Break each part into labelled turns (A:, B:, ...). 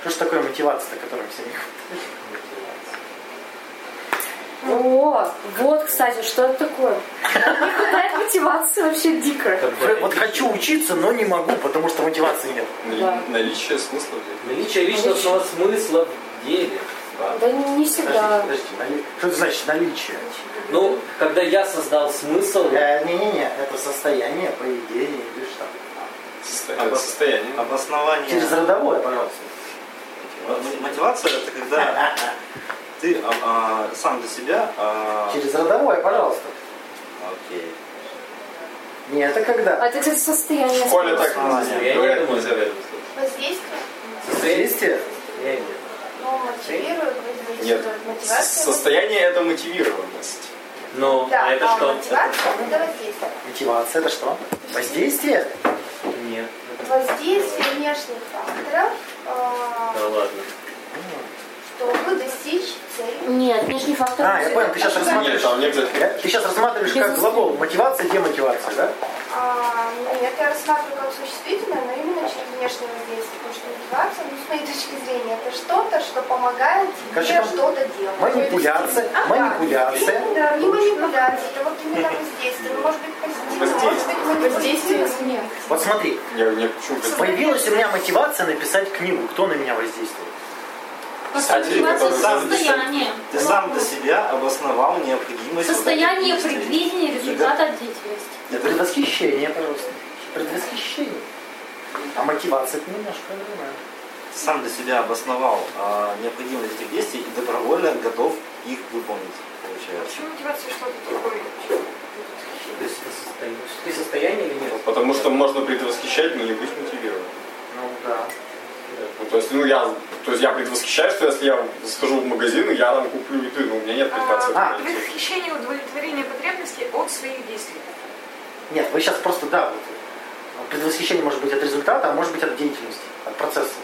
A: Что ж такое мотивация, которой все не хватает?
B: О, вот, кстати, что это такое? Не хватает мотивации вообще дико.
A: Уже Вот хочу учиться, но не могу, потому что мотивации нет.
C: Нали-
B: Да.
C: Наличие смысла в деле.
D: Наличие личностного смысла в деле. Да.
B: Да не, не всегда.
A: Подождите, подождите, нали- Что это значит наличие?
D: Ну, когда я создал смысл,
E: Э, Не-не-не, это состояние, поведение или что?
C: Состо-
F: Обос-
C: Состояние.
F: Обоснование.
A: Через родовое, пожалуйста.
F: М- Мотивация это когда ты а, а, сам для себя. а,
E: Через родовое, пожалуйста.
F: Окей.
E: Не это когда?
B: А это, кстати, состояние.
C: В школе так
F: Обоснование.
D: Я не
C: говорят
D: думаю.
C: нельзя в этом случае.
G: Воздействие,
E: Действие?
D: я не-
G: но мотивирует, вы говорите,
C: Нет.
G: что мотивация.
C: Состояние это мотивированность.
D: Но,
G: Да,
D: а это
G: а
D: что?
G: мотивация это воздействие.
E: Мотивация, это что? Воздействие?
D: Нет.
G: Воздействие внешних факторов, э,
D: Да ладно.
G: чтобы достичь цели.
B: Нет, внешний фактор.
A: А, я понял, ты сейчас
C: Нет,
A: рассматриваешь. Э,
C: там не обязательно.
A: Ты сейчас рассматриваешь как глагол мотивация, демотивация, да?
G: А, нет, я рассматриваю как существительное, но именно через внешнее воздействие. Потому что мотивация, ну, с моей точки зрения, это что-то, что помогает тебе
A: Конечно.
G: что-то делать.
A: Манипуляция,
G: А, да.
A: манипуляция.
G: Да, не манипуляция, это вот именно воздействие. Ну, Может быть, позитивное, может быть, манипулятивное.
A: Вот смотри,
C: Я, я почему говорю?
A: появилась у меня мотивация написать книгу. Кто на меня воздействует?
C: Писатель,
B: Мотивация
C: который
B: это
F: сам для себя-
B: состояние.
F: Ты сам для себя обосновал необходимость. вот
B: Состояние
F: этой деятельности.
B: предвидения результата деятельности.
F: Это
A: Предвосхищение, пожалуйста. Предвосхищение. А мотивация это немножко, я понимаю.
F: ты сам для себя обосновал а, необходимость этих действий и добровольно готов их выполнить, получается.
G: Почему мотивация что-то такое?
D: То есть это состояние. Ты состояние или нет?
C: Потому что можно предвосхищать, но не быть мотивированным.
A: Ну да.
C: Ну, то есть, ну, я, то есть я предвосхищаю, что если я схожу в магазин, и я там куплю еды, но у меня нет мотивации.
A: А,
C: купить.
H: Предвосхищение удовлетворения потребностей от своих действий.
A: Нет, вы сейчас просто да, вот. э, Предвосхищение может быть от результата, а может быть от деятельности, от процесса.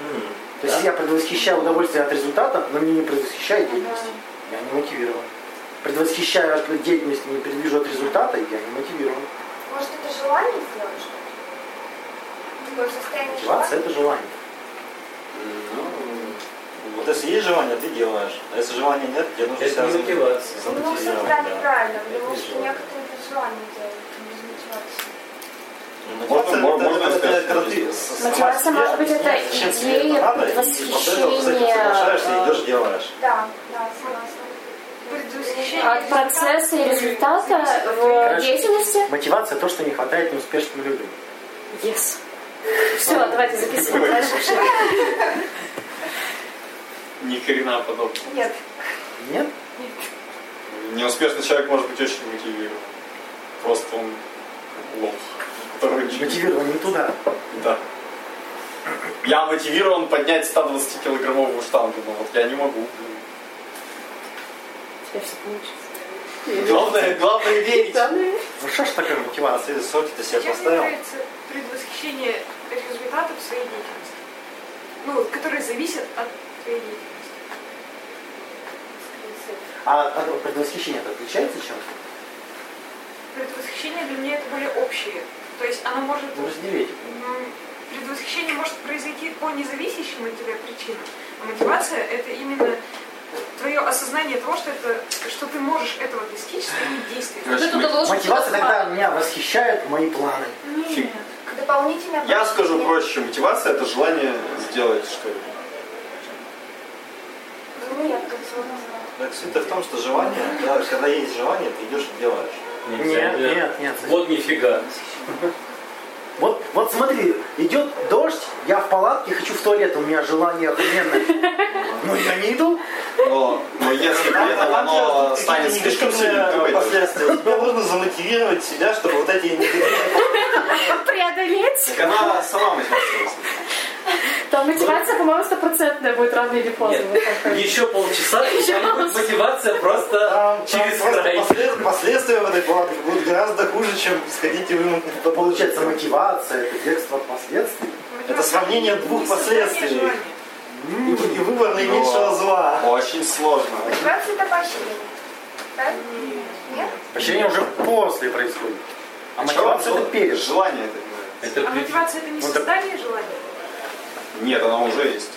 D: М,
A: То есть
D: да.
A: я предвосхищаю удовольствие от результата, но мне не предвосхищает деятельность. Я не мотивирован. Предвосхищаю от деятельности, не предвижу от результата, я не мотивирован.
G: Может, это желание сделать что-то? Такое состояние
A: Мотивация – это желание.
F: Вот если есть желание, ты делаешь. А если желания нет, тебе нужно
D: Это
F: себя
D: не мотивация.
G: желания. Ну,
F: замотивировать, да.
G: всегда неправильно,
F: Это
G: потому
F: не
G: что
F: желание.
G: некоторые это желание делают, а без мотивации.
F: Мотивация
C: Можно-
F: это-
C: можно
F: это-
C: сказать,
F: это
C: что
F: когда ты
C: здесь-
F: с- сама
B: Мотивация
F: себе
B: может быть это
F: объясняешь, зачем тебе это
B: идея
F: надо, и после этого с этим соглашаешься и
B: восхищения
F: идешь, делаешь.
G: Да, да, согласна.
H: Предвосхищение
B: от процесса и результата в
A: Конечно.
B: деятельности.
A: Мотивация – то, что не хватает неуспешным людям.
B: Yes. Все, давайте записываем дальше.
C: Ни хрена подобного.
G: Нет,
A: Нет?
C: Неуспешный человек может быть очень мотивирован. Просто он лох. который ничего-
A: Мотивирован не туда.
C: Да. Я мотивирован поднять 120-килограммовую штангу, но вот я не могу.
B: Теперь все получится.
C: Главное, главное верить.
A: Ну что ж такое
F: А
A: мотивация?
F: ты сроки ты себе
H: Чем мне
F: поставил.
H: нравится предвосхищение результатов своей деятельности? Ну, которые зависят от твоей деятельности.
A: А от- предвосхищение это отличается чем-то?
H: Предвосхищение для меня это более общее. То есть оно может...
A: Ну, разделите.
H: м, Предвосхищение может произойти по независящим от тебя причинам. А мотивация это именно твое осознание того, что, это, что ты можешь этого достичь своими действиями.
B: Вот это должен
A: Мотивация
B: кто-то
A: тогда меня восхищает мои планы.
C: Фиг.
G: дополнительно...
C: Я скажу проще, мотивация это желание сделать что-либо.
G: Нет, как сложно.
F: Так суть-то в том, что желание, да, когда есть желание, ты идешь и делаешь.
A: Нет,
D: нельзя.
A: нет, нет.
D: Вот нифига.
A: Вот, вот смотри, идет дождь, я в палатке, хочу в туалет, у меня желание охрененное. Ну я не иду.
C: Но, но если при этом оно станет слишком сильным, ты пойдешь.
F: последствия. Тебе нужно замотивировать себя, чтобы вот эти негативные
B: Преодолеть.
C: Так она сама мотивация.
B: Там мотивация, по-моему, стопроцентная будет рано или поздно.
D: Нет.
B: Вот такая.
D: Еще полчаса, и там будет мотивация просто
F: там
D: через
F: просто
D: край.
F: послед- последствия в этой палатке будут гораздо хуже, чем сходить и вынуть.
A: Получается мотивация, это бегство от последствий.
F: Это сравнение двух последствий.
H: желания.
F: И, вы- и выбор наименьшего зла.
C: Очень сложно.
G: Мотивация это поощрение. Правильно? Нет?
A: Ощущение уже после происходит. А мотивация это
C: перед.
A: перед.
C: Желание это.
D: Это
H: А
D: при-
H: мотивация это не
A: Ну, так-
H: создание желания?
C: Нет, оно уже есть.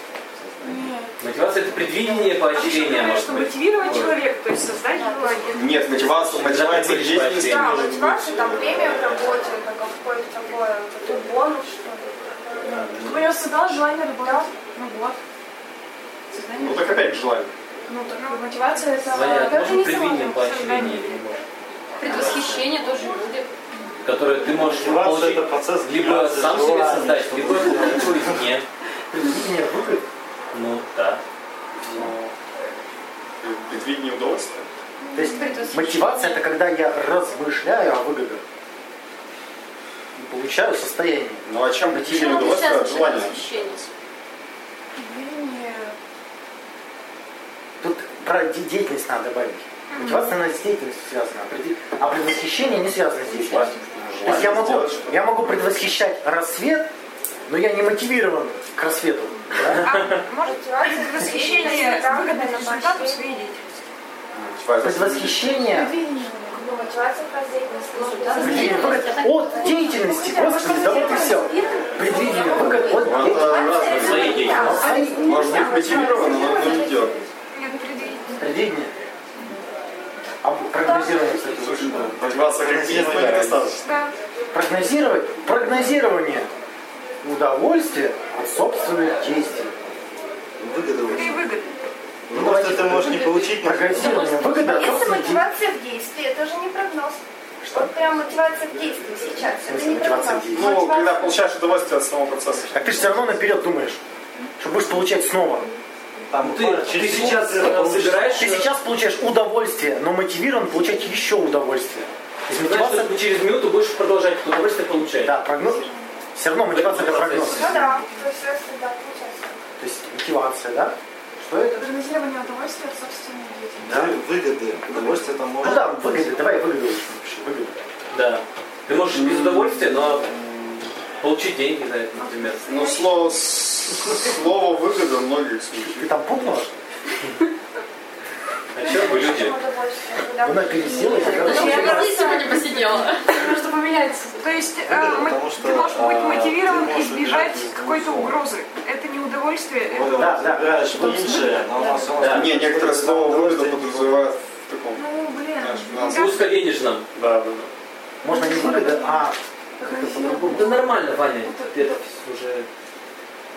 G: Нет.
D: Мотивация это предвидение поощрения,
H: А ты
D: может
H: что,
D: быть.
H: мотивировать
D: Может.
H: человека, то есть создать желание.
C: Нет, мотивация, мотивация
D: Запретили
C: к деятельности.
D: поощрение.
G: Да, мотивация, там, премия в работе, это какой-то такой, какой бонус, что ли.
H: Чтобы у него создалось желание работать. Ну вот.
C: Ну так опять же желание.
H: Ну, так
G: Мотивация это...
D: Звонят,
G: даже
D: может
G: не
D: предвидение
G: самому.
D: поощрения или не может?
B: Предвосхищение тоже будет.
D: Которое ты можешь
F: Мотивация
D: получить
F: это процесс
D: либо
F: генерации
D: сам себе
F: желания,
D: создать,
F: чтобы
D: либо получить извне.
A: Предвидение выгод,
D: Ну, да.
A: но
C: Предвидение удовольствия.
A: То есть мотивация это когда я размышляю о выгодах и получаю состояние.
C: Ну а чем предвидение удовольствия от желания?
A: Тут про де- деятельность надо добавить. Мотивация она с деятельностью связана, а преди- а предвосхищение не связано с деятельностью. То есть я могу,
C: сделать что-то.
A: я могу предвосхищать рассвет, но я не мотивирован к рассвету.
H: А может
G: Мотивация это
H: предвосхищение
G: всегда
H: выгодных
G: на
H: результатов
G: поощрение.
H: сведений.
C: Мотивация.
A: Предвосхищение
G: Ну, Мотивация про деятельность.
A: предвидение выгод от деятельности. Господи, да вот и все. Предвидение выгод от
C: Ну,
A: деятельности.
C: это разное.
D: Своей деятельности.
C: Может быть мотивировано, но но не делать.
H: Нет, предвидение.
A: Предвидение. А прогнозирование, кстати, выше было.
C: Мотивация как есть, но недостаточно.
H: Да.
A: Прогнозировать? Прогнозирование удовольствия от собственных действий.
F: Выгоды
H: Это и
F: очень.
H: выгодно.
F: Ну, может, ты можешь не получить,
A: Ну,
F: но
A: Прогнозирование выгоды от
G: Если
A: собственных действий.
G: мотивация в действии, это же не прогноз. Что? Вот прям мотивация в действии сейчас.
A: В
G: Это
A: смысле,
G: не
A: мотивация
G: прогноз.
A: в действии?
C: Ну, когда получаешь удовольствие от самого процесса.
A: Так ты же все равно наперед думаешь, что будешь получать снова.
F: там
D: Ты,
F: буквально
D: ты
F: через секунду
D: сейчас
F: ты получишь.
D: собираешь...
A: Ты сейчас получаешь удовольствие, но мотивирован получать еще удовольствие. То есть
D: Значит,
A: мотивация...
D: ты через минуту будешь продолжать то удовольствие получать.
A: Да, прогноз... Все равно мотивация это прогноз.
G: Ну да, то есть это всегда получается.
A: То есть мотивация, да? Что это?
H: Прогнозирование удовольствия от собственной деятельности.
F: Да, выгоды. Удовольствие там
A: Ну
F: можно.
A: да, выгоды, давай выгоды лучше напиши, выгоды.
D: Да. Ты можешь без удовольствия, но получить деньги за это, например.
C: Ну, слово, с- слово выгода многих
A: Ты
C: случаев.
A: там пукнула?
D: А чё вы люди?
G: Удовольствие,
A: что ли? Она
G: да.
A: пересела и
G: Ну,
A: тогда...
G: я просто-
B: сегодня посидела.
H: Просто поменяется. То есть э,
F: Выгодно,
H: мо-
F: потому что,
H: ты можешь быть
F: а,
H: мотивирован
F: ты можешь
H: избежать
F: убежать.
H: какой-то угрозы. Это не удовольствие, это
F: Выгоду
A: Да, да.
F: забираешь меньше, но у нас
D: Да.
C: Не, некоторые слово выгода подразумевают в таком.
H: Ну, блин,
C: Знаешь,
H: ну,
C: финансовый.
D: Узко денежном.
C: Да, да, да.
A: Можно не выгода, а
H: как
A: как-то
H: красиво.
A: по-другому.
D: Да нормально, Ваня. Это уже...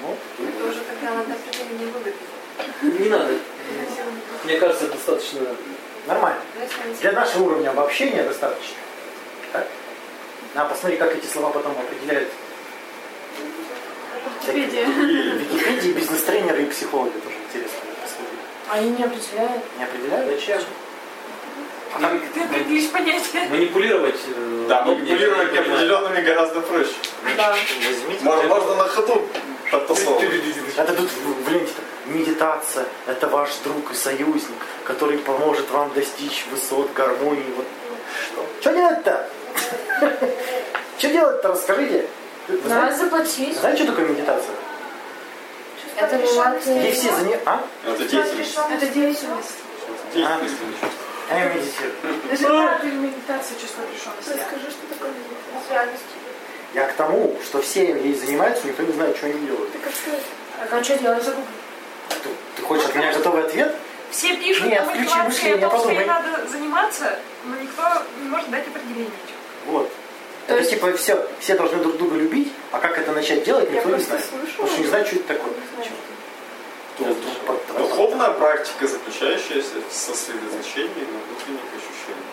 A: Ну,
I: Это уже тогда надо определение выгодно.
D: Не надо. Мне кажется, достаточно...
A: нормально.
I: Ну, если они
A: Для нашего уровня обобщения достаточно. Так? А посмотри, как эти слова потом определяют в Википедии бизнес-тренеры и психологи тоже интересно.
B: Они не определяют.
A: Не определяют?
D: Зачем?
H: Ты определишь понятие.
D: Манипулировать... э,
C: Да,
D: удобнее,
C: манипулировать
D: я понимаю.
C: неопределенными гораздо проще.
B: Да.
F: возьмите.
C: Можно, можно на ходу подтасовывать.
A: Это тут, блин, медитация. Это ваш друг и союзник, который поможет вам достичь высот гармонии. Вот. Что? Что делать-то? Что делать-то? Расскажите. Вы
B: Надо
A: знаете,
B: заплатить.
A: знаете, что такое медитация?
G: Чувство
B: Это бывает.
G: решенности.
A: Ей все заня... А?
C: Это
G: Чувство
C: деятельность.
G: решенности.
B: Это деятельность.
C: Деятельность.
A: А я медитирую.
H: Даже это медитация чувства решенности.
G: Расскажи, что такое медитация. С реальностью.
A: Я к тому, что все ей занимаются, никто не знает, что они делают.
G: Так а что это?
B: Так, а что делать?
A: Ты, ты хочешь от меня готовый ответ?
H: Все пишут
A: Не,
H: на
A: отключи
H: мотивации
A: мышление,
H: о том, что
A: подумай.
H: ей надо заниматься, но никто не может дать определение.
A: Вот.
B: То
A: это
B: есть-
A: типа все, все должны друг друга любить, а как это начать делать, никто не знает. Потому что не знает, что это такое.
C: Духовная практика, заключающаяся в сосредоточении на внутренних ощущениях.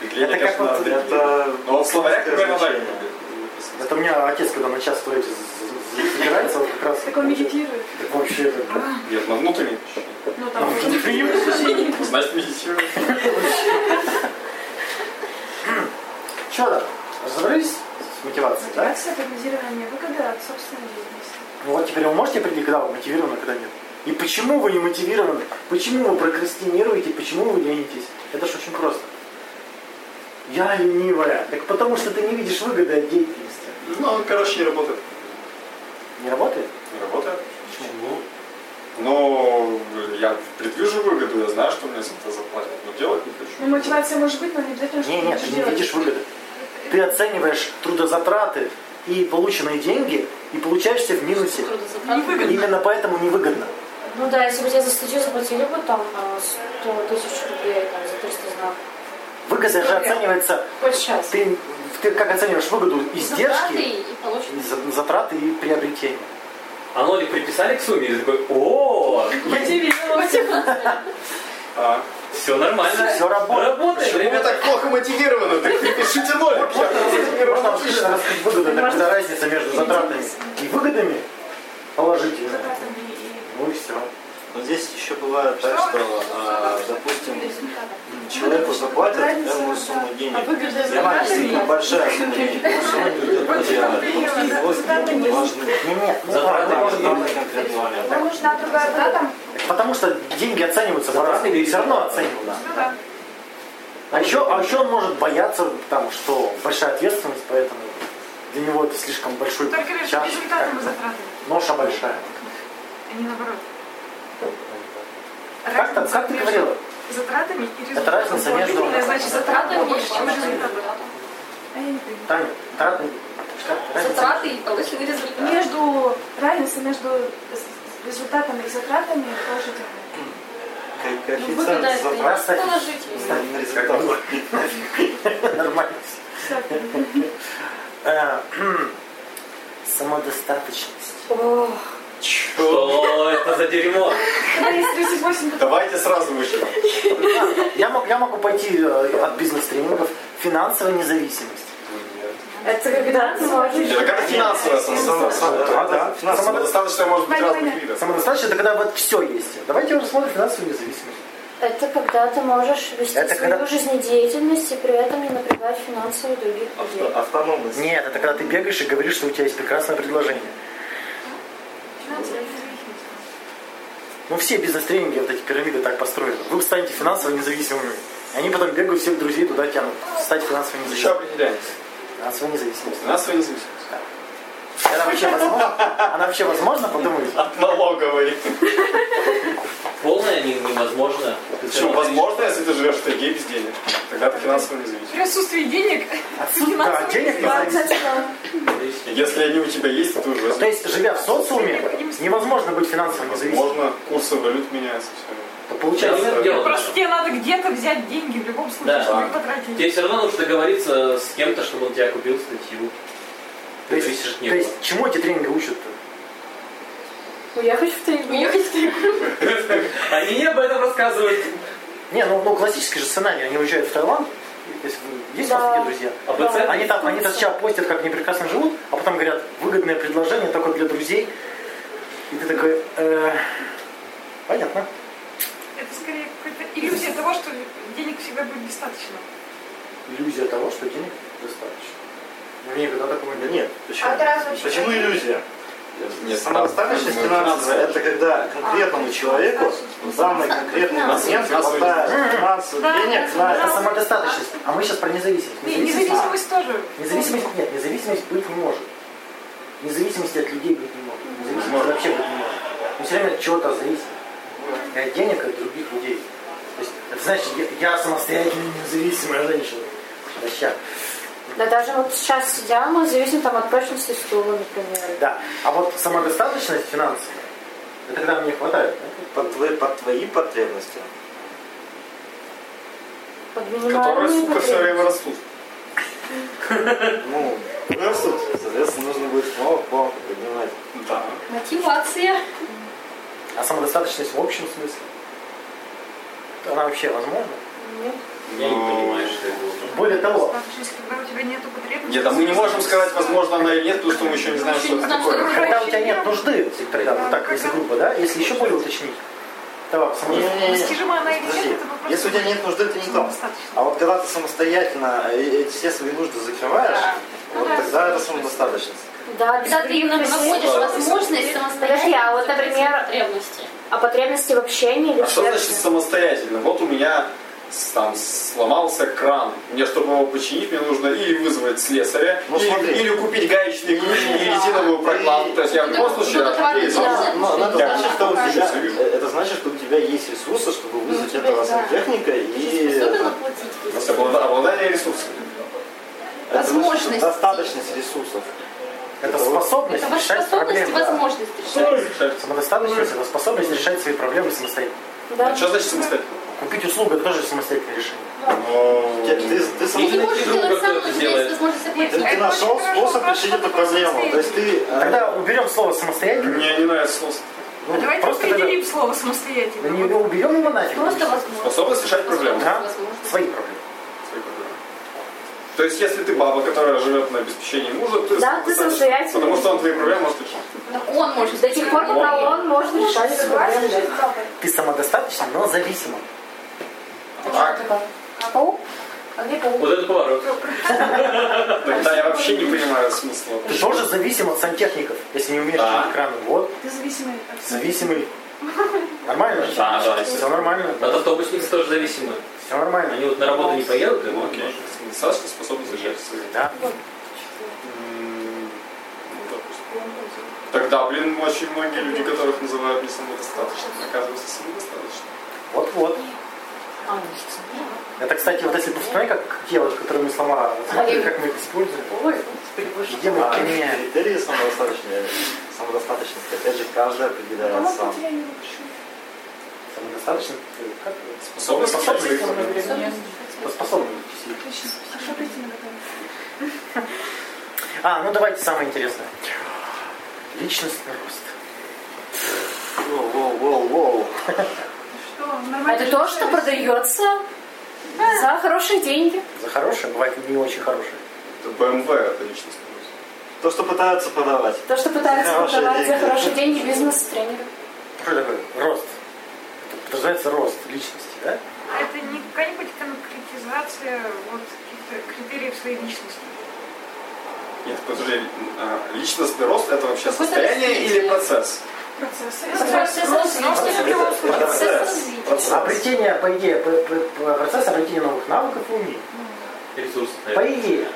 C: Впечатление,
A: Это как
C: конечно,
A: вот-
C: надо
F: Это
C: Ну, вот в словарях, примерно, так.
F: значение.
A: Это у меня отец, когда на час стоит з- з- забирается, вот как раз...
H: Так он медитирует.
A: Так вообще это...
C: Нет, на внутренних ощущениях.
H: Ну, там уже
C: Значит, медитировать.
A: Че там? Разобрались с мотивацией, да?
H: мотивация, прогнозирование выгоды от собственной деятельности.
A: Ну вот теперь вы можете определить, когда вы мотивированы, а когда нет? И почему вы не мотивированы? Почему вы прокрастинируете? Почему вы ленитесь? Это же очень просто. Я ленивая. Так потому что ты не видишь выгоды от деятельности.
C: Ну, короче, не работает.
A: Не работает?
C: Не работает. Но я предвижу выгоду, я знаю, что мне за это заплатят, но делать не хочу.
H: Ну, мотивация может быть, но не обязательно, что
A: Не,
H: ты
A: нет,
H: будешь
A: ты не
H: делать.
A: видишь выгоды. Ты оцениваешь трудозатраты и полученные деньги, и получаешься в минусе. Именно поэтому невыгодно.
B: Ну да, если бы тебе за статью заплатили бы там а, 100 тысяч рублей там, за 300 знаков. Ну,
A: Выгода же оценивается,
B: Вот сейчас.
A: ты, ты как оцениваешь
B: Ну,
A: выгоду?
I: Затраты
A: Издержки,
I: и получишь.
A: за- затраты и приобретения.
D: А нолик приписали к сумме, и ты такой, о,
C: А.
D: все нормально.
A: Все работает.
D: Работает,
C: Вы
D: ребята.
C: так плохо мотивированы, так припишите нолик. Я
A: Можно раскрыть выгоду, так когда разница между затратами и выгодами положительная. Ну и все.
F: Но здесь еще бывает так, что, а, допустим, человеку заплатят энную сумму
H: А
F: денег. И она действительно большая сумма денег. потому что она идет на дело. Другие взрослые не важны.
A: Нет, нет, ну,
D: Затраты
A: ладно,
F: Может,
A: ладно.
F: там на конкретный момент.
G: Нам нужна другая дата.
A: Потому что деньги оцениваются
D: Затраты
A: по-разному.
D: или
A: Все равно
D: затраты?
A: оцениваются.
H: Ну да.
A: А еще, а еще он может бояться, потому что большая ответственность, поэтому для него это слишком большой
H: Только лишь
A: чаш,
H: результатом
A: как
H: и затратами,
A: ноша большая.
H: а не наоборот.
A: Как, там, как ты
H: между
A: говорила?
H: Затратами и результатом.
A: разница между-
H: Положительная, значит, затраты
I: Затратами
H: больше, чем
I: и
H: результат.
A: Таня, траты.
I: Затраты и полученный результат.
G: Между разница между результатами и затратами положительная.
F: Ко-
I: Выгода
F: Коэффициент
I: это не
F: затрат
A: Раз,
I: просто положительный.
F: на результат.
A: Нормально. Э, Самодостаточность.
B: О,
D: Что это за дерьмо?
C: Давайте сразу вычтем.
A: Я, мог- я могу пойти э, от бизнес-тренингов. Финансовая независимость.
B: это когда ты можешь...
C: Это
F: А
C: как финансовая самодостаточная.
A: да.
C: Самодостаточная может быть разных видов.
A: Самодостаточность это когда вот все есть. Давайте рассмотрим финансовую независимость.
B: Это когда ты можешь вести
A: Это
B: свою
A: когда-
B: жизнедеятельность и при этом не напрягать финансово других
I: А
B: людей.
F: Авто- Автономность.
A: Нет, это когда ты бегаешь и говоришь, что у тебя есть прекрасное предложение.
H: Финансовая независимость.
A: Ну, все бизнес-тренинги, вот эти пирамиды так построены. Вы станете финансово независимыми. И они потом бегают всех друзей туда тянут. Стать финансово
C: Еще
A: независимым.
C: определяемся.
A: Финансово независимость.
C: Финансовая независимость.
A: Она вообще возможна? Она вообще возможна, подумайте?
C: От налоговой.
D: Полное не- невозможно.
C: Почему? Возможно, если ты живешь в тайге без денег. Тогда ты финансово независим.
H: При отсутствии денег
A: Да, денег не зависит.
C: Если они у тебя есть, то ты уже
F: А
A: То есть, живя в социуме, невозможно быть финансово независимым.
C: Возможно, курсы валют меняются. всё.
D: Ну,
A: Получается,
D: Я не делал
H: просто
D: ничего.
H: тебе надо где-то взять деньги в любом случае,
D: Да.
H: чтобы их потратить.
D: Тебе все равно нужно договориться с кем-то, чтобы он тебя купил статью.
A: то
D: Ты зависишь
A: есть,
D: от
A: то
D: него.
A: есть чему эти тренинги учат-то?
B: Уехать в Тайгу.
I: Уехать в Тайгу.
D: Они не об этом рассказывают.
A: Не, ну, ну классический же сценарий. Они уезжают в Таиланд, если вы- есть у вас
B: Да.
A: такие друзья?
D: А БЦ?
A: Они там, они там сначала постят, как они прекрасно живут, а потом говорят, выгодное предложение только для друзей. И ты такой, «Э, понятно.
H: Это скорее какая-то иллюзия того, что денег всегда будет достаточно.
A: Иллюзия того, что денег достаточно. У меня никогда такого не
F: Да
A: было.
F: нет, почему?
G: А это разве вообще
F: Почему
G: такие?
F: иллюзия?
C: Нет,
F: Самодостаточность
C: мы-
F: финансовая – это когда конкретному человеку в данный конкретный момент
C: Финансовая
F: хватает финансовых
H: Да,
F: денег
H: да.
A: Это
F: на
A: самодостаточность. А мы сейчас про независимость.
H: И независимость тоже.
A: Независимость нет, независимость быть не может. Независимости от людей быть не может. Независимость
C: Может.
A: вообще быть не может. Мы все время от чего-то зависим. И от денег, и от других людей. То есть, это значит, я, я самостоятельная независимая женщина. Да, ща.
B: Да даже вот сейчас сидя, мы зависим там от прочности стула, например.
A: Да. А вот самодостаточность финансовая, это когда мне хватает.
F: под, твои, под твои потребности.
B: Под
C: Которые,
B: минимальные
C: сука, все время
B: потребности.
C: растут.
F: Ну, растут. Соответственно, нужно будет снова планку поднимать.
C: Да.
I: Мотивация.
A: да? А самодостаточность в общем смысле? Она вообще возможна?
B: Нет.
D: Я не понимаю, что это.
A: Более того,
H: Достаточность, когда у тебя нет потребности.
C: Нет, а мы не можем сказать, возможно она или нет, потому что мы еще не знаем, что это такое.
A: когда у тебя нет нужды, тогда, вот так, если грубо, да, если еще более уточнить, давай, самодостаточность.
H: Достижима она или нет,
F: Подожди.
H: это вопрос.
F: Если у тебя нет нужды, ты не там.
H: Самодостаточно.
F: А вот когда ты самостоятельно э, эти все свои нужды закрываешь,
H: Ну
F: вот
H: да.
F: тогда это самодостаточность.
B: Да,
I: Когда ты
B: бесконечно
I: находишь
B: сидишь.
I: возможность
B: а Подожди,
I: самостоятельно
B: а вот, например,
I: потребности.
B: о потребности в общении или
C: А
B: в
C: что значит
B: сексе?
C: самостоятельно? Вот у меня с- там сломался кран. Мне, чтобы его починить, мне нужно или вызвать слесаря,
F: Ну,
C: или,
F: смотри.
C: или купить гаечные ключи и резиновую прокладку. То есть я в любом случае окей,
I: Да.
F: Но А, ну, это
C: Я
F: значит, что у
C: покажу.
F: тебя, это значит, что у тебя есть ресурсы, чтобы вызвать
I: тебя
F: этого
I: есть, да.
F: сантехника и
I: Особенно
F: это-
I: платить.
C: обладание, обладание ресурсами.
F: это значит, что
I: возможности.
F: достаточность ресурсов.
A: Это способность
I: Это ваша
A: решать
I: способность и
A: проблемы.
I: возможность
C: Ну,
I: решать.
C: Решать.
A: Самодостаточность – это способность решать свои проблемы самостоятельно.
B: Да.
C: А что значит самостоятельно?
A: Купить услугу – это тоже самостоятельное решение.
F: Ты, ты, ты
I: Ты
F: сам-
I: не можешь
D: друга,
I: делать сам,
D: который
I: но у
D: это
I: тебя есть
D: делает.
I: возможность
F: ты-
I: оплатить.
F: ты нашел
H: хорошо,
F: способ
H: как
F: решить
H: что-то
F: эту проблему.
H: самостоятельно.
F: То есть ты... э,
A: Тогда уберем слово «самостоятельно».
C: Мне не нравится слово.
A: Ну,
H: Давайте
A: просто тогда
H: определим слово
A: ну,
H: самостоятельно.
A: не его уберем его нафиг.
I: Просто возможность.
C: Способность решать проблемы.
A: Да?
I: Возможность.
A: Свои проблемы.
C: Свои проблемы. То есть, если ты баба, которая живет на обеспечении мужа, ты
B: Да, ты самостоятельный.
C: Потому что он твои проблемы может решить.
I: Так он может.
B: До тех пор, пока он может решать свои проблемы. да.
A: Ты самодостаточен, но зависимым.
B: А паук? А где паук?
D: Вот это поворот.
C: Тогда я вообще не понимаю смысла.
A: Ты тоже зависим от сантехников, если не умеешь
C: Да.
A: чинить краны. Вот,
H: Ты зависимый от всего.
A: зависимый. Нормально?
D: Да, да,
A: Все
D: естественно.
A: нормально.
D: От автобусницы тоже зависимы.
A: Все нормально.
D: Они вот на работу не поедут, и вот
C: Окей. Саша способность решать свои.
A: Да.
C: М, ну, допустим. Тогда, блин, очень многие люди, которых называют не самодостаточными, оказываются самодостаточными.
A: Вот-вот. Это, кстати, вот если посмотреть, как те, вот, которые мы слова смотрели, как мы их используем,
I: Ой,
A: где мы их применяем.
F: а, Критерии самодостаточности, самодостаточности, опять же, каждый определяет сам.
A: Самодостаточно? Как?
C: Способность решать свои проблемы.
A: Способны. А, ну давайте самое интересное. Личностный рост.
F: Воу, воу, воу, воу.
H: Что, нормально?
B: А Это то, что продается за хорошие деньги.
A: За хорошее, бывает не очень хорошее.
C: Это BMW, это личностный рост.
F: То, что пытаются продавать.
B: То, что пытаются
F: Хорошие
B: продавать за
F: деньги.
B: хорошие деньги бизнес-тренеры.
A: Что такое? Рост. Это подразумевается рост личности, да?
H: Это не какая-нибудь конкретизация вот, каких-то критериев своей личности.
C: Нет, подожди, а, личностный рост это вообще
I: Какое-то
C: состояние
I: развитие.
C: или процесс?
H: Процессы.
I: Процесс развития. Процесс развития.
A: Обретение, по идее, п- п- п- процесс обретения новых навыков и умений.
D: ресурсы.
A: По идее.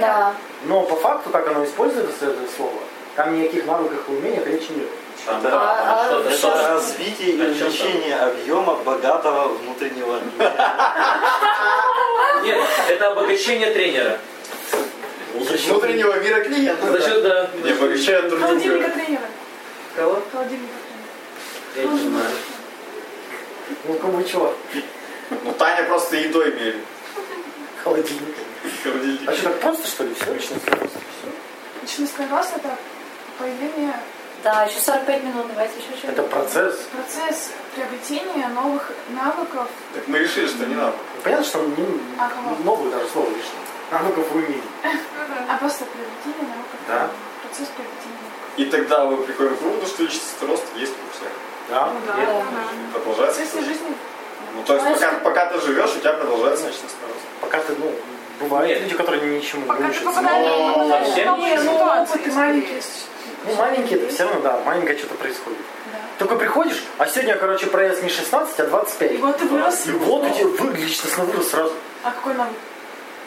B: Да.
A: Но по факту, как оно используется, это слово, там ни о каких навыках и умениях речи нет.
D: Там,
F: Да.
D: а что-то,
F: Это
D: что-то.
F: развитие и
D: О чём там?
F: увеличение объема богатого внутреннего мира.
D: Нет, это обогащение тренера.
A: Ну,
C: Внутреннего мира клиента.
D: За счет, да.
C: Ну Не обогащают друг
H: Холодильника
C: друга.
H: тренера.
D: Кого?
H: Холодильника тренера.
D: Я не знаю.
A: Ну, кому чего?
C: Ну Таня просто едой мерит.
A: Холодильник. А что, так просто, что ли? Все личностный рост?
H: Личностный рост – это появление,
B: Да, еще 45 минут, давайте еще что-нибудь.
A: Это процесс.
H: процесс приобретения новых навыков.
C: Так мы решили, что не надо.
A: Понятно, что не,
H: Ага.
A: новые даже слово лишнее. Навыков и умений.
H: А просто приобретение навыков.
A: Да.
H: Процесс приобретения навыков.
C: И тогда мы приходим к выводу, что личностный рост есть у всех.
A: Да.
H: Ну да, да.
C: Продолжается.
H: Процесс жизни.
C: Ну то есть пока, пока ты живешь, у тебя продолжается личностный рост.
A: Пока ты, ну, бывают
D: Нет.
A: люди, которые ничему
H: Пока
A: не
H: ты
A: учатся.
H: попадаешь в
D: совсем
H: новые
D: ничего.
H: ситуации. маленькие.
A: Ну, маленькие, это все равно, да, маленькое что-то происходит. Только приходишь, а сегодня, короче, проезд не 16, а 25.
H: И вот ты вырос.
A: И вот у тебя вы личностный вырос сразу.
H: А какой навык?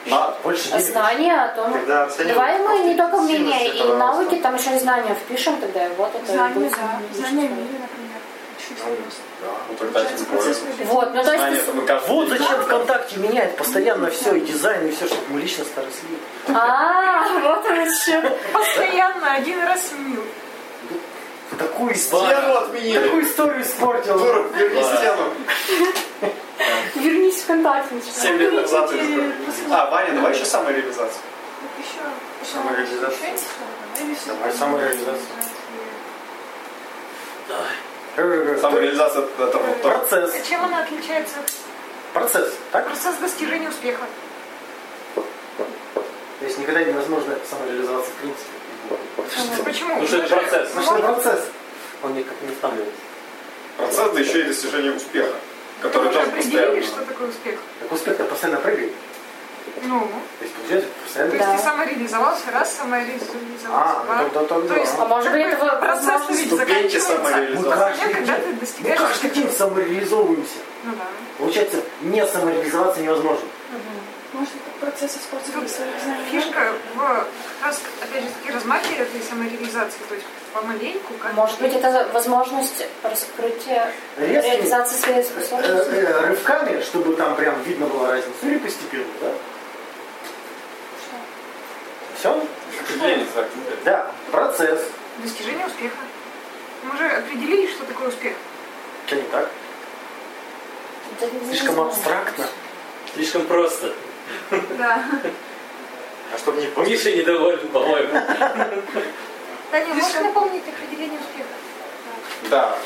F: На-
A: Больше
B: А
A: денег.
B: Знания о том...
F: Когда оценивают
B: Давай мы не только
F: эффективность
B: мнения и
F: этого
B: навыки,
F: роста.
B: там еще и знания впишем тогда, и вот это и
H: Знания,
B: будет
H: да.
B: самый
H: Знания в
B: личностный.
H: мире, например. Личностный рост.
C: Ну тогда тем более.
H: Процесс приобретения.
B: Вот, ну то
C: А,
B: есть...
C: нет, мы каждый
A: Вот
C: день-
A: зачем ВКонтакте меняет постоянно все, и дизайн, и все, чтобы мы личностно росли.
B: ты- А, вот он еще.
H: Постоянно один раз сменил.
A: Такую историю,
C: Стену отменили.
A: такую историю испортил.
C: Дура, верни стену.
B: Вернись в контакт. начинай.
C: Семь лет назад. это такое. А, Ваня, давай еще самореализацию.
H: Еще.
A: Самореализация.
H: еще что-то, или всё?
A: Давай самореализацию.
C: Самореализация это вот то.
A: Э, Процесс.
H: А Чем она отличается?
A: Процесс, так?
H: Процесс достижения успеха.
A: То есть никогда невозможно самореализоваться в принципе.
H: Почему?
D: Ну что это
H: Мы же-
D: процесс.
A: Потому что процесс. Он никак не становится.
C: Процесс, да еще и достижение успеха,
H: Мы
C: который
H: уже
C: тоже
H: определили,
C: постоянно.
H: что такое успех.
A: Так успех-то постоянно прыгает.
H: Ну,
A: То есть получается
H: то
A: постоянно...
H: есть ты
B: Да.
H: самореализовался, раз самореализовался,
A: А,
H: два.
A: ну то- то- то-
H: То есть
B: А может быть,
H: как бы
B: это
H: процесс
B: возможность
H: ведь
C: Ступеньки
H: заканчивается.
A: Мы
C: самореализации.
A: каждый
H: Я когда
A: день-
H: ты
A: Мы
H: достигаешь
A: каждый день самореализовываемся.
H: Ну да.
A: Получается, не самореализоваться невозможно.
H: Тут фишка в как раз, опять же, таки размахе этой самореализации, то есть помаленьку, как
B: Может быть, это возможность раскрытия
A: Резкими,
B: реализации своей
A: э,
B: способности.
A: э, рывками, чтобы там прям видно была разница, или постепенно, да? Все?
C: Достижение, так сказать.
A: Да, процесс.
H: Достижение успеха. Мы же определились, что такое успех.
A: Что не так?
I: Да не
A: Слишком
I: знаю.
A: абстрактно.
D: Слишком просто.
H: Да.
F: А чтобы не просто...
D: Миша недоволен, по-моему.
H: Таня, можешь напомнить
G: Определение успеха.
C: Да.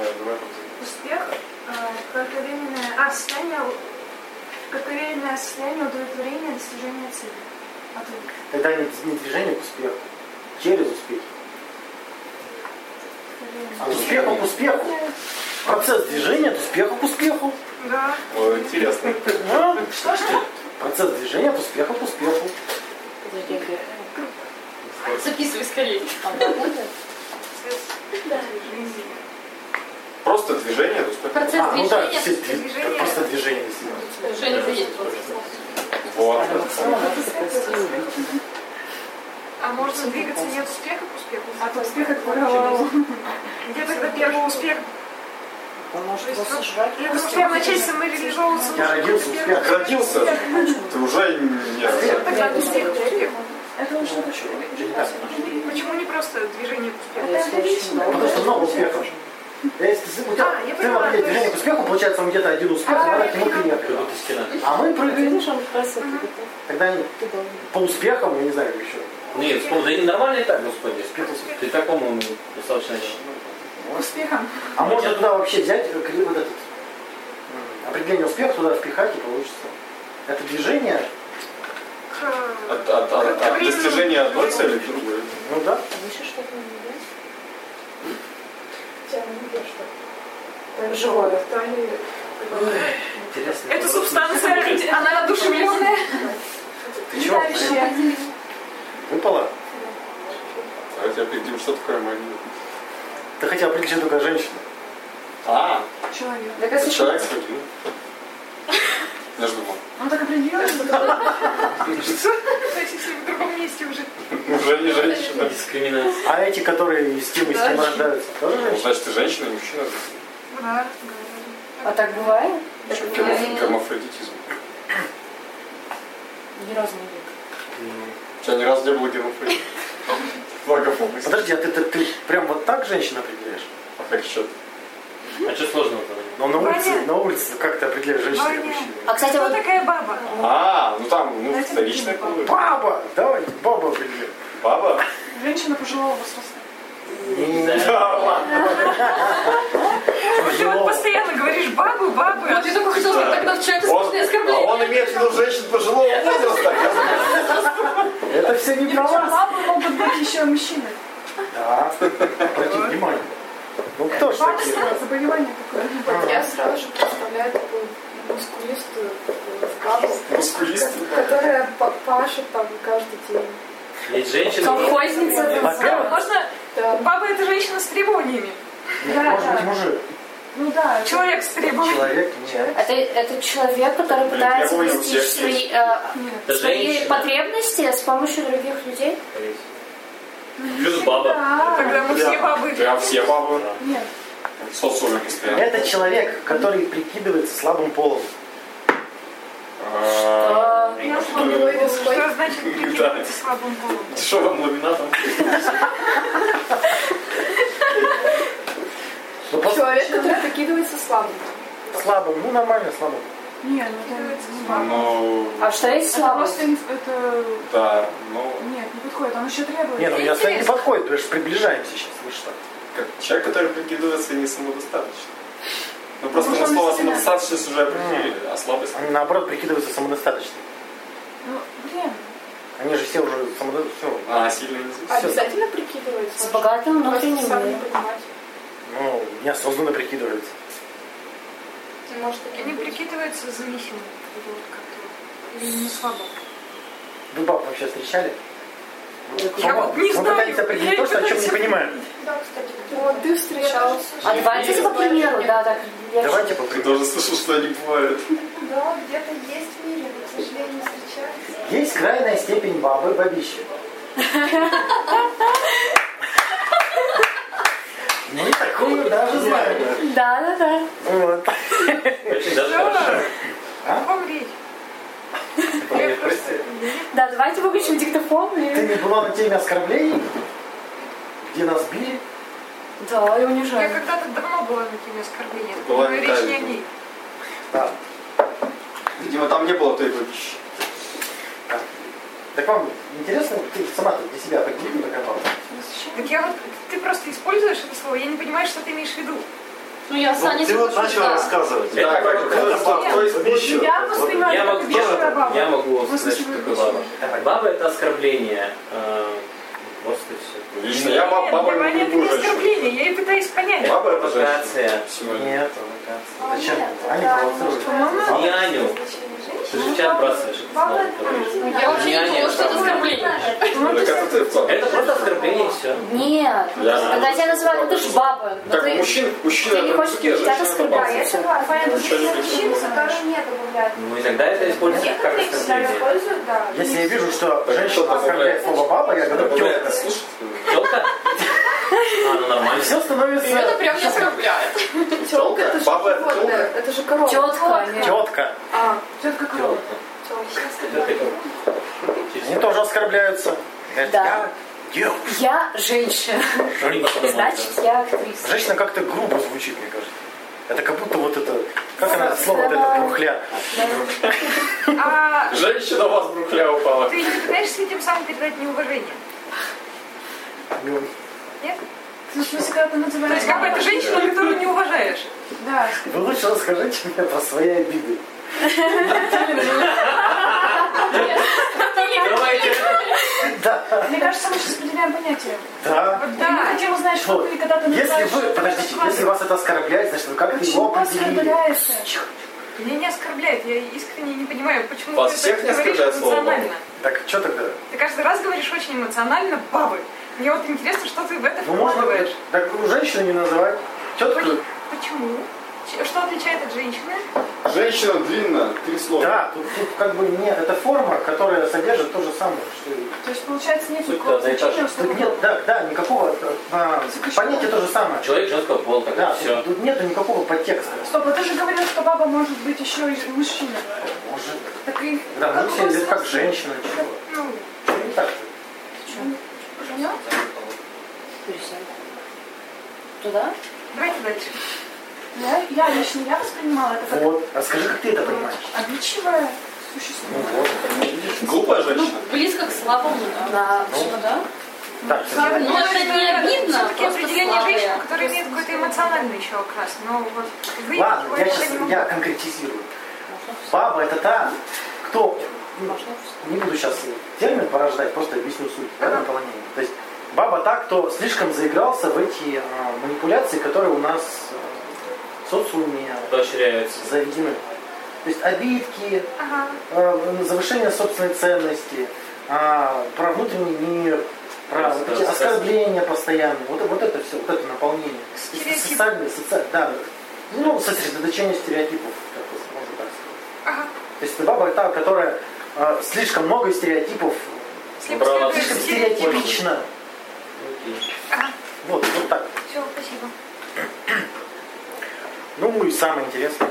C: Э, давай там.
H: успех э, как временное, а, состояние, как временное состояние удовлетворения достижения цели. Отрывок.
A: Тогда не, не движение к успеху, через успех. От успеха к успеху. Процесс движения от успеха к успеху.
H: Да.
C: О, интересно.
A: Да. Процесс движения от успеха к успеху.
B: Э,
I: Записывай скорее.
C: Просто движение, то есть так.
I: Процесс
A: А, ну да, все
I: движения.
A: дви-
H: Движение.
A: просто движение. действительно.
I: Женя заедет.
C: Вот.
H: А можно двигаться не от успеха к успеху, а от успеха к провалу. Где тогда первый успех? То есть тут- Я думаю, что я начать самореализовываться
A: Я
H: нужно
A: родился
H: успех.
A: успех.
C: Родился, ты уже не...
H: Тогда успех к успеху.
A: Что Ну, не так?
H: Почему не просто движение к успеху?
A: Потому что много успехов. Если ты- у тебя
H: А, я
A: в целом
H: поняла,
A: есть
H: то
A: движение
H: есть-
A: к успеху, получается, он где-то один успех,
H: А,
A: забрать
H: я
A: ему
H: поняла.
A: нет.
D: Как будто стена.
A: А мы прыгаем тогда не- по успехам, я не знаю, еще.
D: Ну, Нет, вспомни, да не нормально и так, господи. Ты так, по-моему, достаточно.
H: Успехом.
A: А можно туда вообще взять э, кли- вот этот м, определение успеха, туда впихать и получится. Это движение,
H: К-
C: От, от, от, от достижения одной цели к другой.
A: ну да.
D: Интересно.
H: Это субстанция, она душевленная.
A: Ты чего? Выпала?
C: Давайте определим, что такое мания.
A: Ты хотел определить только женщину.
C: А,
H: Человек.
C: это человек с людьми. Я же думал.
H: Он Ну, так определил, что То есть, если в другом месте уже.
C: Уже не женщина.
D: Дискриминация.
A: А эти, которые из тем и с тем рождаются, тоже
C: Ну,
A: женщины?
C: Значит, ты женщина и мужчина.
H: Да.
B: А так бывает?
C: Еще гермаф- гермафродитизм.
B: Ни разу не было.
C: У тебя ни разу не было гермафродита. Благофобы.
A: Подожди, а ты, ты, ты прям вот так женщин определяешь?
C: А как еще?
D: А что сложного-то? в этом?
A: Но на улице,
H: Ваня.
A: на улице как ты определяешь женщину или
H: Ваня.
A: мужчину?
B: А, кстати,
H: Кто
B: вот
H: такая баба?
C: А, ну там, ну,
H: Знаете,
C: вторичная половина.
A: Баба! Давай, баба определим.
C: Баба?
H: Женщина пожилого возраста.
C: Да, ладно.
H: Вот ты вот постоянно говоришь бабы, бабы. а
I: Я только хотела сказать, тогда в человека
C: Он,
I: сложное
C: а
I: оскорбление.
C: он имеет в виду женщин пожилого возраста. оказывается.
A: Это все не
I: А
A: про вас.
H: Бабы могут быть еще мужчины.
A: Да. Обратите внимание. Ну кто ж такие?
H: Заболевание такое.
I: Я ну, сразу же представляю такую мускулистую бабу,
C: Мускулист.
I: которая пашет там каждый день.
D: Есть женщины.
I: Колхозница.
A: Во-первых,
H: Можно...
I: Да.
H: Баба это женщина с требованиями.
A: может быть мужик.
I: Ну
H: Человек с требованиями.
A: Человек нет.
B: это, это человек, который пытается
C: требования у всех
B: достичь свои, э,
D: Это
B: свои
D: женщина.
B: потребности с помощью других людей.
D: Плюс баба.
H: Тогда мы все бабы.
C: Прям все бабы. Нет. В социуме постоянно.
A: Это человек, который прикидывается слабым полом.
C: А,
H: Я
I: него
G: Ну,
I: и доской.
H: Что значит прикидываться слабым полом?
C: Дешевым ламинатом.
A: Ну, просто
I: Человек, который прикидывается слабым.
A: слабым, ну нормально, слабым.
H: Нет, ну прикидывается слабым.
C: Ну,
B: А что есть слабость?
H: Просто инф- это...
C: да, ну,
H: Нет, не подходит, он еще требует.
A: Не, ну я с тобой не подходит, потому что приближаемся сейчас, ну что.
C: как человек, который прикидывается не самодостаточно. Ну, просто
H: Может,
C: мы
H: он
C: слово
H: действительно-
C: самодостаточность уже определили, а слабость...
A: Они наоборот прикидываются самодостаточными.
H: Ну, блин.
A: Они же все уже самодостаточные.
C: А, сильно не зависит.
I: Обязательно прикидывается.
B: С богатым
I: Просто
B: внутренним
I: сам не
B: миром.
I: понимать.
A: Ну, неосознанно прикидываются.
I: Может,
H: Они
I: таким быть.
H: прикидываются зависимыми. Вот как-то. Или не слабо.
A: Вы баб вообще встречали?
H: Я вот не
A: Мы
H: знаю,
A: пытаемся Ну,
H: я
A: определить
H: не
A: то, что, о чем не
H: пытаюсь.
A: понимаем.
G: Да, кстати.
I: Вот ты встречал.
B: А давайте по примеру, да, так. я
A: Давайте
C: Ты
A: попробуем.
C: тоже слышал, что они бывают.
G: Да, где-то есть в мире, но, к сожалению, не встречаются.
A: Есть крайняя степень бабы бабищи. Мы такую даже знаем.
B: же- Да, да, да.
A: Вот.
D: Очень даже хорошо.
A: А?
H: Вам речь. Я просто
B: Да, давайте выключим диктофон.
A: Ты
B: и-
A: не была на теме оскорблений, где нас били?
B: Да, и
H: Я
B: унижаем.
H: когда-то давно была на теме оскорбления.
C: Была
H: но речь
C: Наталья.
H: не о ней.
A: Да.
C: Видимо, там не было той вещи.
A: Так вам интересно, ты сама для себя так видно докопалась?
H: Так я вот, ты просто используешь это слово, я не понимаю, что ты имеешь в виду.
I: Ну, я
F: Ну, ты вот начал рассказывать.
D: Это
C: Да, как
D: провокация.
C: это
F: Кто- кто использует?
I: Я
F: Вот.
I: воспринимаю
D: Я
I: как
D: могу,
I: вежливая баба.
D: я могу вам
H: Ну,
D: сказать, что
H: слушай,
D: такое баба.
A: Давай.
D: Баба это оскорбление. Э, Просто все.
C: Лично я баб-
H: Нет,
C: баба
H: для меня
C: не
H: это не
C: люблю женщин.
H: оскорбление, я и пытаюсь понять.
C: Баба это
D: Провокация.
C: Сегодня.
A: Нет, провокация.
G: А,
A: Зачем?
G: нет,
A: Они
G: да,
A: провоцируют.
G: может,
H: Мама,
D: Не Аню.
G: значение женщины.
D: Ты же в чат бросаешь. это
G: Баба-
D: снова говоришь.
I: Ну, Я вообще не
D: Влияние
I: думала, что это
D: правда.
I: оскорбление.
C: Так это ты в целом.
D: Это просто оскорбление и все.
B: Нет,
C: Я-
B: когда тебя называют, ты ж баба. Ну,
C: Так,
B: ты-
C: мужчина, мужчина
B: ты не
C: это
B: хочешь
C: мужики, а
B: кричать,
C: женщина это
G: Да,
C: баба.
B: оскорбляй.
G: я
C: Ну,
G: согласна. Поэтому
C: что
G: есть
C: ли,
G: мужчины, которые не добавляют.
D: Ну и тогда это используется
G: Некоторые
D: как
G: всегда
D: оскорбление.
G: используют, да.
A: Если я вижу, что
C: Так
A: женщина
C: кто-то
A: оскорбляет
C: добавляет.
A: слово баба, я говорю
C: Добавляет,
A: тетка.
C: слушай,
D: Телка? А, ну нормально.
A: Все
I: Это
A: становится
I: прям не оскорбляет.
C: Тёлка?
I: это же
C: Баба это
I: животное,
C: тёлка?
I: это же корова.
B: Тетка. нет.
A: тетка.
I: А, тетка корова.
A: Они тоже оскорбляются. Говорят,
B: Да.
A: я девушка.
B: Я женщина, значит я актриса.
A: Женщина как-то грубо звучит, мне кажется. Это как будто вот это, как она, слово вот это, трухля.
H: а
C: Женщина у вас брухля упала.
H: ты не пытаешься тем самым передать неуважение?
A: Ну,
H: Нет?
I: Слушай, если когда ты
H: То есть
I: называешь...
H: как бы это женщина, которую не уважаешь.
I: Да,
A: Вы лучше расскажите мне про свои обиды.
D: Давайте.
I: мне кажется, мы сейчас потеряем понятие.
A: Да.
I: Вот Я хотела узнать, что
A: Вот.
I: ты, когда ты
A: Если
I: называешь...
A: вы, подождите, если вас это оскорбляет, значит, вы как-то его
I: Почему
A: определили.
I: оскорбляешься?
H: Меня не оскорбляет, я искренне не понимаю, почему
C: Вас
H: ты
C: всех
H: так
C: не
H: говоришь
C: оскорбляет слово «баба»?
H: эмоционально.
A: Так что тогда? Ну,
H: Ты каждый раз говоришь очень эмоционально «бабы». Мне вот интересно, что ты в это
A: Ну, можно
H: вкладываешь.
A: так ну, женщину не называть. Тетку?
H: Почему? Ч- Что отличает от женщины?
C: Женщина длинная, три слова.
A: Да, тут, тут как бы нет, это форма, которая содержит то же самое, что и...
I: То есть, получается, нет
D: Суть-то
I: никакого
D: одна и та же.
I: значения,
A: Тут
I: что
A: нет, да, да, никакого а, понятия то же самое.
D: Человек женского пола, тогда
A: Да,
D: все.
A: тут, тут нету никакого подтекста.
I: Стоп, а ты же говорил, что баба может быть еще и мужчина.
A: Может,
I: Так и...
A: да, ну
I: какой
A: все идет как
I: смысл?
A: женщина, ничего.
H: Ну,
A: Что не так?
I: Поняла?
B: Туда?
H: давайте дальше.
I: Я, я лично, я воспринимала это как
A: Вот, расскажи, как ты это понимаешь.
I: обидчивое
A: Ну
I: существо.
C: Глупая женщина.
I: Близко к слабому,
B: Да.
I: Почему, да?
A: Так,
I: Слабый. Ну, это не обидно,
H: Все-таки
I: просто
H: определение
I: слабые.
H: женщин, которые имеют какой-то эмоциональный еще окрас. Но вот вы
A: ладно,
H: такое
A: я
H: еще
A: сейчас
H: не могу.
A: я конкретизирую. Баба это та, кто, ну, не буду сейчас термин порождать, просто объясню суть в этом положении. То есть баба та, кто слишком заигрался в эти а, манипуляции, которые у нас а, в социуме
D: Поощряются.
A: заведены. То есть обидки,
H: Ага.
A: э, завышение собственной ценности, а, про внутренний мир, про
D: Рассказ-
A: эти оскорбления постоянные, вот, вот это все, вот это наполнение.
H: Стереотипы.
A: Социальные, соци- да, ну, сосредоточение стереотипов, как это можно так сказать.
H: Ага.
A: То есть это баба та, которая э, слишком много стереотипов,
H: Слепо
D: Брала. Ну,
H: следует
A: слишком
H: стереотип.
A: стереотипично.
H: Ага.
A: Вот, вот так.
H: Все, спасибо.
A: Ну и самое интересное.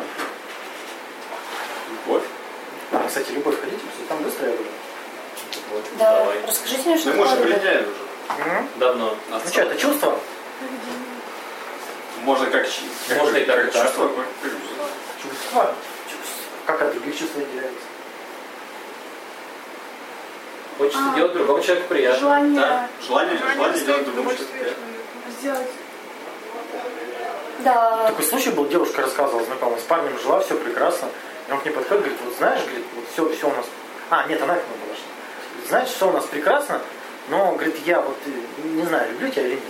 C: Любовь.
A: А, кстати, любовь ходите, все там быстро, я думаю.
B: Да.
D: Давай.
B: Расскажите мне, что
C: Ну, мы же
B: такое любовь.
C: определяли уже.
A: Мгм.
D: Давно.
A: Ну что, это чувство?
C: Можно как чи- как-
D: Можно и так,
C: как
D: и так.
C: чувство, как- как чувство.
A: Чувство. Чувство. Как от других чувств отделяется? А.
D: Хочется делать другому человеку приятно.
I: Желание
D: Да.
C: Желание, желание
H: доставить
C: делать другому
H: удовольствие
C: человеку.
H: человеку.
I: сделать...
B: Да.
A: Такой случай был, девушка рассказывала знакомая, с парнем жила, все прекрасно. И он к ней подходит, говорит, вот знаешь, говорит, вот все, все у нас... А, нет, она к нему была. что ли. Говорит, Знаешь, все у нас прекрасно, но, говорит, я вот э, не знаю, люблю тебя или нет.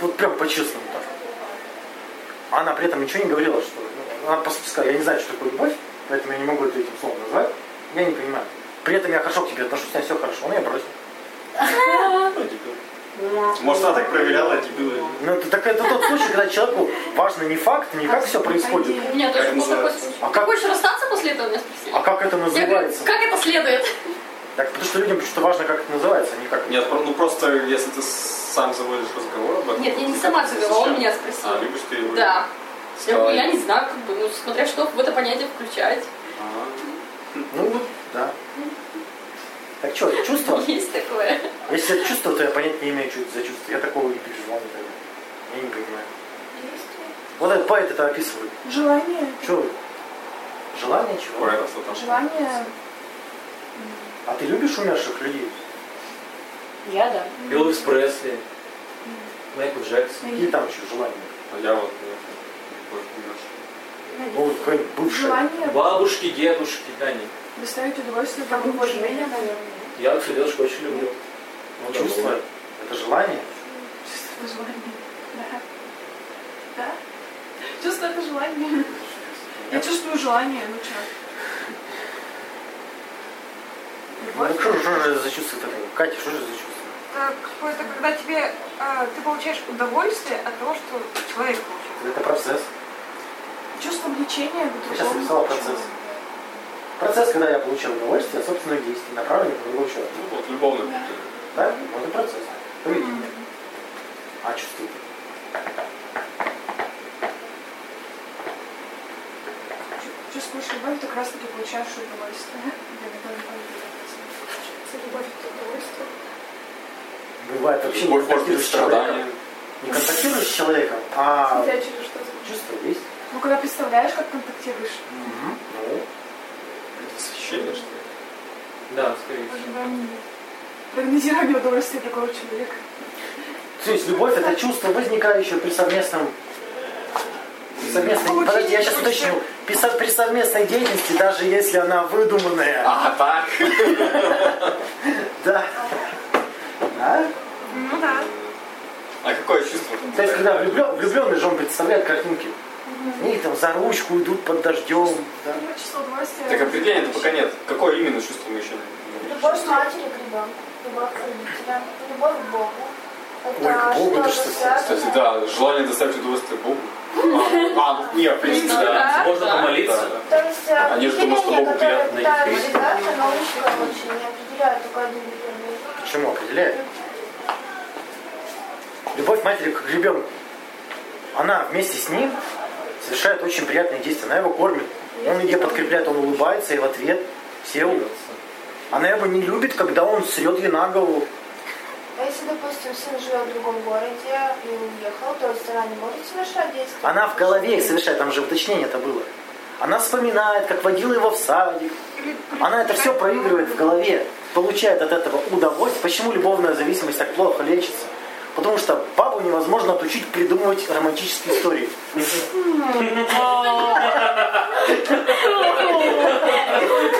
A: Вот прям по-честному так. Она при этом ничего не говорила, что... ну, Она по сути сказала, я не знаю, что такое любовь, поэтому я не могу это этим словом назвать. Я не понимаю. При этом я хорошо к тебе отношусь, у меня все хорошо, он меня бросил.
C: Ну, дебил. Может, она так проверяла, дебила. или-
A: Ну, это- так это тот случай, когда человеку важно не факт, не как все происходит,
I: У меня
C: Как
I: тоже был такой
C: называется?
I: случай.
A: А
I: А
A: как-
I: как? Хочешь расстаться после этого, меня спросили?
A: а как это
I: Я говорю,
A: называется.
I: как это следует?
A: Так, потому что людям почему-то важно, как это называется, а не как.
C: Нет, про- ну просто если ты сам заводишь разговор об этом.
I: Нет, я не
C: то
I: сама
C: как-то
I: завела, он
C: зачем?
I: меня спросил.
C: А, любишь ты его?
I: Да. Я
C: Сказала.
I: говорю, я не знаю, как бы, ну, смотря что в это понятие включать.
C: А,
A: Ну, вот, да. Так что, чувство?
B: Есть такое.
A: Если это чувство, то я понять не имею, что это за чувство. Я такого не переживал никогда. Я не понимаю. Вот этот поэт это описывает.
I: Желание.
A: Что вы? Желание чего?
C: Ой, это что там?
I: Желание.
A: А ты любишь умерших людей?
B: Я да.
D: Элвис Пресли, Майкл Джексон.
A: Какие там еще желания?
C: А я вот нет. Больше не нашел.
A: Ну, вот какой-нибудь бывший.
I: Желание
D: Бабушки, дедушки, да не.
I: доставить удовольствие
B: Как
I: другому
B: бы
I: человеку.
B: наверное.
D: Я всю девушку очень люблю. Ну, да,
A: Чувство?
D: бывает.
A: Это желание?
I: Желание. Да. Да? Чувство это желание. Я чувствую желание, ну что?
A: Ну, так что, же- что же это за чувство такое? Катя, что же за чувство?
H: Это Э, какое-то, когда тебе, э, ты получаешь удовольствие от того, что человек получил.
A: Это процесс.
I: Чувство влечения к
A: Я
I: другому.
A: сейчас описала
I: человеку.
A: процесс. Процесс, когда я получил удовольствие от собственных действий, направленных на другого человека.
C: Ну вот, любовный.
A: Да? Вот и процесс. Поведение. А чувство?
I: Чу- Чувствуешь любовь, ты как раз таки получаешь удовольствие. Я никогда не помню.
G: Любовь это удовольствие.
A: Бывает вообще не
C: Любовь может быть
A: контактируешь с человеком.
C: страдание.
A: Не контактируешь с человеком, а
I: Смотря через что звучит.
A: чувство есть.
I: Ну, когда представляешь, как контактируешь,
A: Ну,
C: Это восхищение, что ли?
D: Да, скорее всего.
I: ожидание. Прогнозирование удовольствия другого человека.
A: то есть любовь это чувство, возникающее при совместном при совместной,
H: Получение
A: подожди, я сейчас
H: удовольствия.
A: уточню. При, со- при совместной деятельности, даже если она выдуманная.
C: А, так.
A: Да. Да?
H: Ну да.
C: А какое чувство там?
A: То есть, когда влюблен, влюбленный же он представляет картинки. Они там за ручку идут под дождем. да.
I: Первое число удовольствия.
C: Так определения-то пока нет. Какое именно чувство мы еще не не-
G: Любовь к матери к ребенку, любовь к родителям, любовь к Богу. Это
A: Ой, к Богу, это
G: что-то
A: что-то,
C: Кстати,
G: связанное.
C: да, желание доставить удовольствие Богу. А, а, нет, в
D: Ну,
C: принципе, да.
D: Можно помолиться.
C: Да,
G: То есть э,
C: Они же думают, что
G: определения,
C: Богу
G: которые
C: приятно
G: пытаются
C: идти.
G: дать, она узкая очень, не определяют только один верный.
A: Почему определяет? Любовь матери к ребенку. Она вместе с ним совершает очень приятные действия. Она его кормит. Он ее подкрепляет, он улыбается, и в ответ все улыбаются. Она его не любит, когда он срет ей на голову.
G: А если, допустим, сын живет в другом городе и уехал, то есть она не может совершать действия?
A: Она в голове их совершает, там же уточнение это было. Она вспоминает, как водила его в садик.
H: Или
A: Она это все
H: приезжать.
A: проигрывает в голове, получает от этого удовольствие. Почему любовная зависимость так плохо лечится? Потому что бабу невозможно отучить придумывать романтические истории.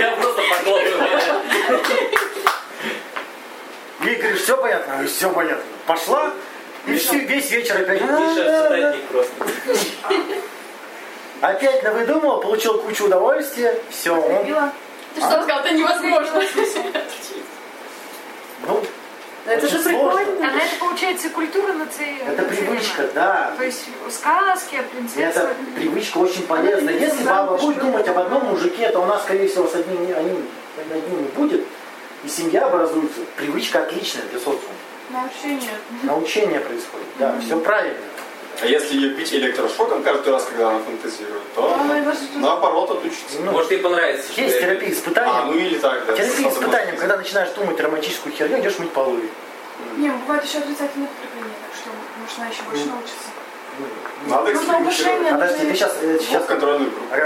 D: Я просто поглотил.
A: Ей говоришь, все понятно? Все понятно. Пошла, и все, весь вечер опять.
D: Миша цитатник просто.
A: Опять навыдумала, получил кучу удовольствия, все, он,
I: Любила.
B: Ты что сказал? Это невозможно.
A: ну,
B: Но это
A: Очень
B: же
A: сложно.
B: прикольно.
H: Она это получается культура нацелена.
A: это привычка, да.
H: То есть сказки
A: И
H: о
A: эта
H: принцессах.
A: привычка очень полезна. Если баба будет думать об одном мужике, то у нас, скорее всего, с одним, не- одним, одним не будет. И семья образуется. Привычка отличная для социума.
I: На общение.
A: Научение происходит. Да, все правильно.
C: А если ее бить электрошоком каждый раз, когда она фантазирует, то
I: Ой, А, даже
C: наоборот отучится.
A: Ну,
D: Может, ей понравится. что
A: есть
D: я-
A: терапия
C: А, ну
A: испытанием.
C: или так, да.
A: Терапия
C: Сразу
A: испытанием,
C: можно.
A: когда начинаешь думать романтическую херню, идешь мыть полы.
I: Не, бывает еще отрицательные проявления, так что может она еще больше научиться.
C: Надо
I: Нужно
C: экспериментировать.
I: уважение.
A: Подожди, ты сейчас, сейчас
C: Сейчас контрольную группу.
A: Э,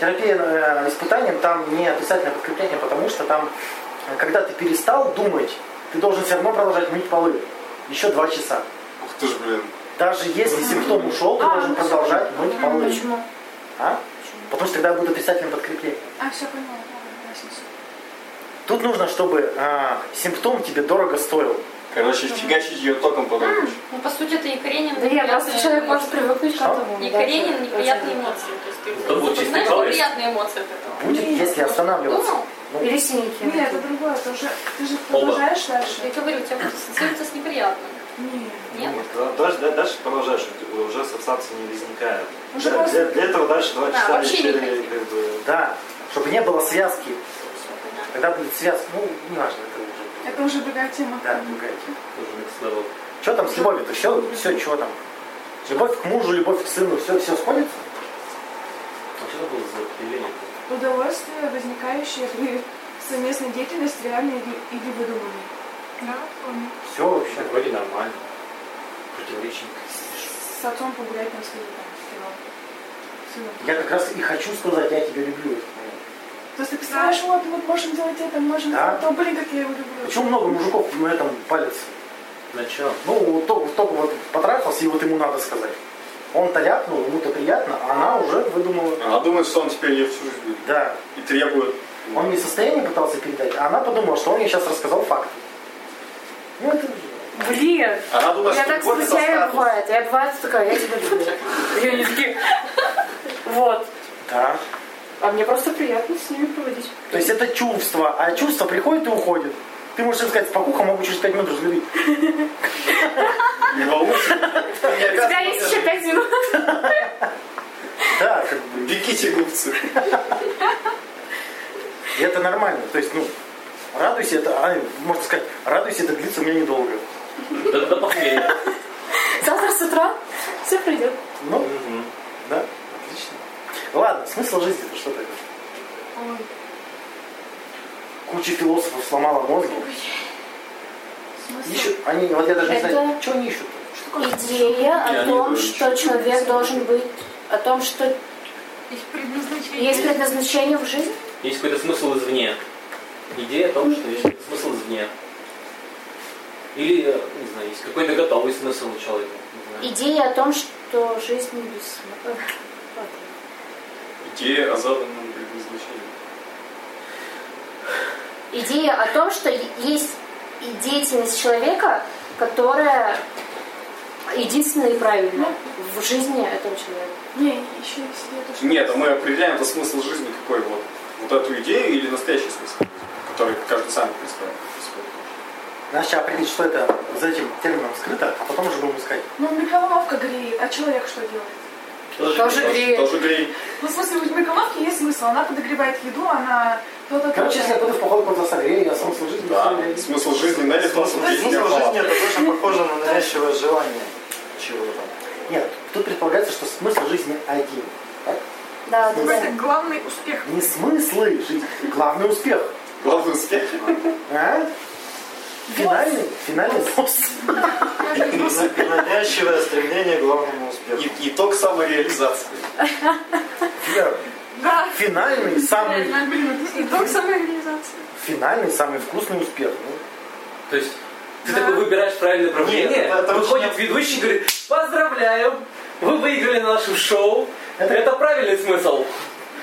A: Терапия э, испытанием там не обязательно подкрепление, потому что там, э, когда ты перестал думать, ты должен все равно продолжать мыть полы. Еще два часа.
C: Ух ты ж, блин.
A: Даже если симптом ушел, ты
I: А,
A: должен
I: ну,
A: продолжать мыть полы.
I: Почему?
A: А? Потому что тогда будет отрицательное подкрепление.
I: А, все поняла. Да, да, смысл.
A: Тут нужно, чтобы э, симптом тебе дорого стоил.
C: Короче, фигачить ее током потом.
J: Ну, по сути, это и Каренин.
B: Да нет, просто человек может привыкнуть к
A: Что?
B: этому.
J: И
B: да,
J: Каренин
B: это-
J: неприятные эмоции. То есть ты
D: Кто был чистый
J: знаешь,
D: человек?
J: неприятные эмоции от этого.
A: Будет, если останавливаться.
J: Думал?
A: Ну,
B: Или синяки.
I: Нет, это другое, это уже, ты же продолжаешь
J: Я
I: дальше.
J: говорю, у тебя будет ассоциируется с неприятным.
I: Нет.
J: Нет?
F: Ну, Дальше, да, дальше продолжаешь, э, уже ассоциации не возникает.
I: Уже
F: Для-
I: просто-
F: для, для этого дальше два
J: Да,
F: часа
J: вообще не
F: лечили,
J: хотим.
F: как бы,
A: да, чтобы не было связки. Когда будет связка, ну, неважно, это уже.
I: Это уже другая тема.
A: Да, другая тема.
D: Нужен экс-довод.
A: Что там с любовью-то? Все, все, чего там? Любовь к мужу, любовь к сыну, все, все сходится?
D: А что это было за определение?
I: Удовольствие, возникающее при совместная деятельность реальная или, или выдуманная? Да, вполне.
A: Все вообще.
D: Вроде нормально. Противоречий.
I: С отцом погулять на своей сыном.
A: Я как раз и хочу сказать, я тебя люблю.
I: То есть ты представляешь, вот, вот можем делать это, можем
A: Да.
I: делать то, блин, как я его люблю.
A: Почему много мужиков на этом палец?
D: На чем?
A: Ну, вот только, только вот потрахался, и вот ему надо сказать. Он-то ляпнул, ему-то приятно, а она уже выдумала.
C: Она А думает, что он теперь ее всю жизнь любит.
A: Да.
C: И требует.
A: Он не в состоянии пытался передать, а она подумала, что он ей сейчас рассказал факты. Ну, это...
B: Блин,
C: Она думает,
B: я
C: что
B: так
C: любовь
B: с
C: это
B: друзьями
C: статус.
B: бывает. Я бывает такая, я тебя люблю. И они такие, вот.
A: Да.
B: А мне просто приятно с ними проводить.
A: То есть это чувство, а чувство приходит и уходит. Ты можешь им сказать, спокуха, могу через 5 минут разлюбить.
C: Не волнуйся.
B: У тебя есть еще пять минут.
A: Да, как бы.
C: Бегите, глупцы.
A: И это нормально. То есть, ну, радуйся, это, а, можно сказать, радуйся, это длится у меня недолго.
D: Да, да похмелья.
B: Завтра с утра все придет.
A: Ну,
D: Мгм.
A: да, отлично. Ладно, смысл жизни это что такое?
I: Ой,
A: Куча философов сломала мозги.
I: смысл?
A: Ищут, они, вот я даже не знаю,
B: Это-
A: что они ищут.
B: Идея
C: Я
B: о
C: не
B: том,
C: думаю,
B: что человек должен быть, о том, что
H: Их предназначение.
B: есть предназначение в жизни.
D: Есть какой-то смысл извне. Идея о том, что есть какой-то смысл извне. Или, э, не знаю, есть какой-то готовый смысл у человека. Не знаю.
B: Идея о том, что жизнь не бессмысленна.
C: Идея о заданном предназначении.
B: Идея о том, что е- есть и деятельность человека, которая единственная и правильная в жизни этого человека.
I: Не, еще есть я то, что...
C: Нет, а мы определяем это смысл жизни какой вот. Вот эту идею или настоящий смысл, который каждый сам представляет.
A: Надо сейчас определить, что это за этим термином скрыто, а потом уже будем искать.
I: Ну, микроволновка греет, а человек что делает?
B: Тоже греет.
C: Тоже грей.
I: Ну, в смысле, в микроволновке есть смысл. Она подогревает еду, она то-то, то-то.
A: Короче, если я пойду в поход под засогрею, я смысл жизни
C: Да.
A: не знаю.
C: Смысл жизни, да, или в том, что
F: Смысл
C: жизнь не было.
F: жизни это очень похоже на навязчивое желание чего-то.
A: Нет, тут предполагается, что смысл жизни один. Так?
B: Да, да, да.
H: Какой-то главный успех.
A: Не смыслы жизни, главный успех.
C: Главный успех.
A: А? Финальный, финальный босс.
F: Навязчивое стремление к главному успеху.
C: И- Итог самореализации.
A: Фига.
H: Да.
A: Финальный, самый,
H: Итог самореализации.
A: финальный, самый вкусный успех. Ну,
D: То есть ты такой выбираешь правильное
F: Нет,
D: направление,
F: это- это
D: выходит
F: очень-
D: ведущий и говорит, поздравляю, вы выиграли на нашем шоу.
A: Это-
D: Это, правильный смысл.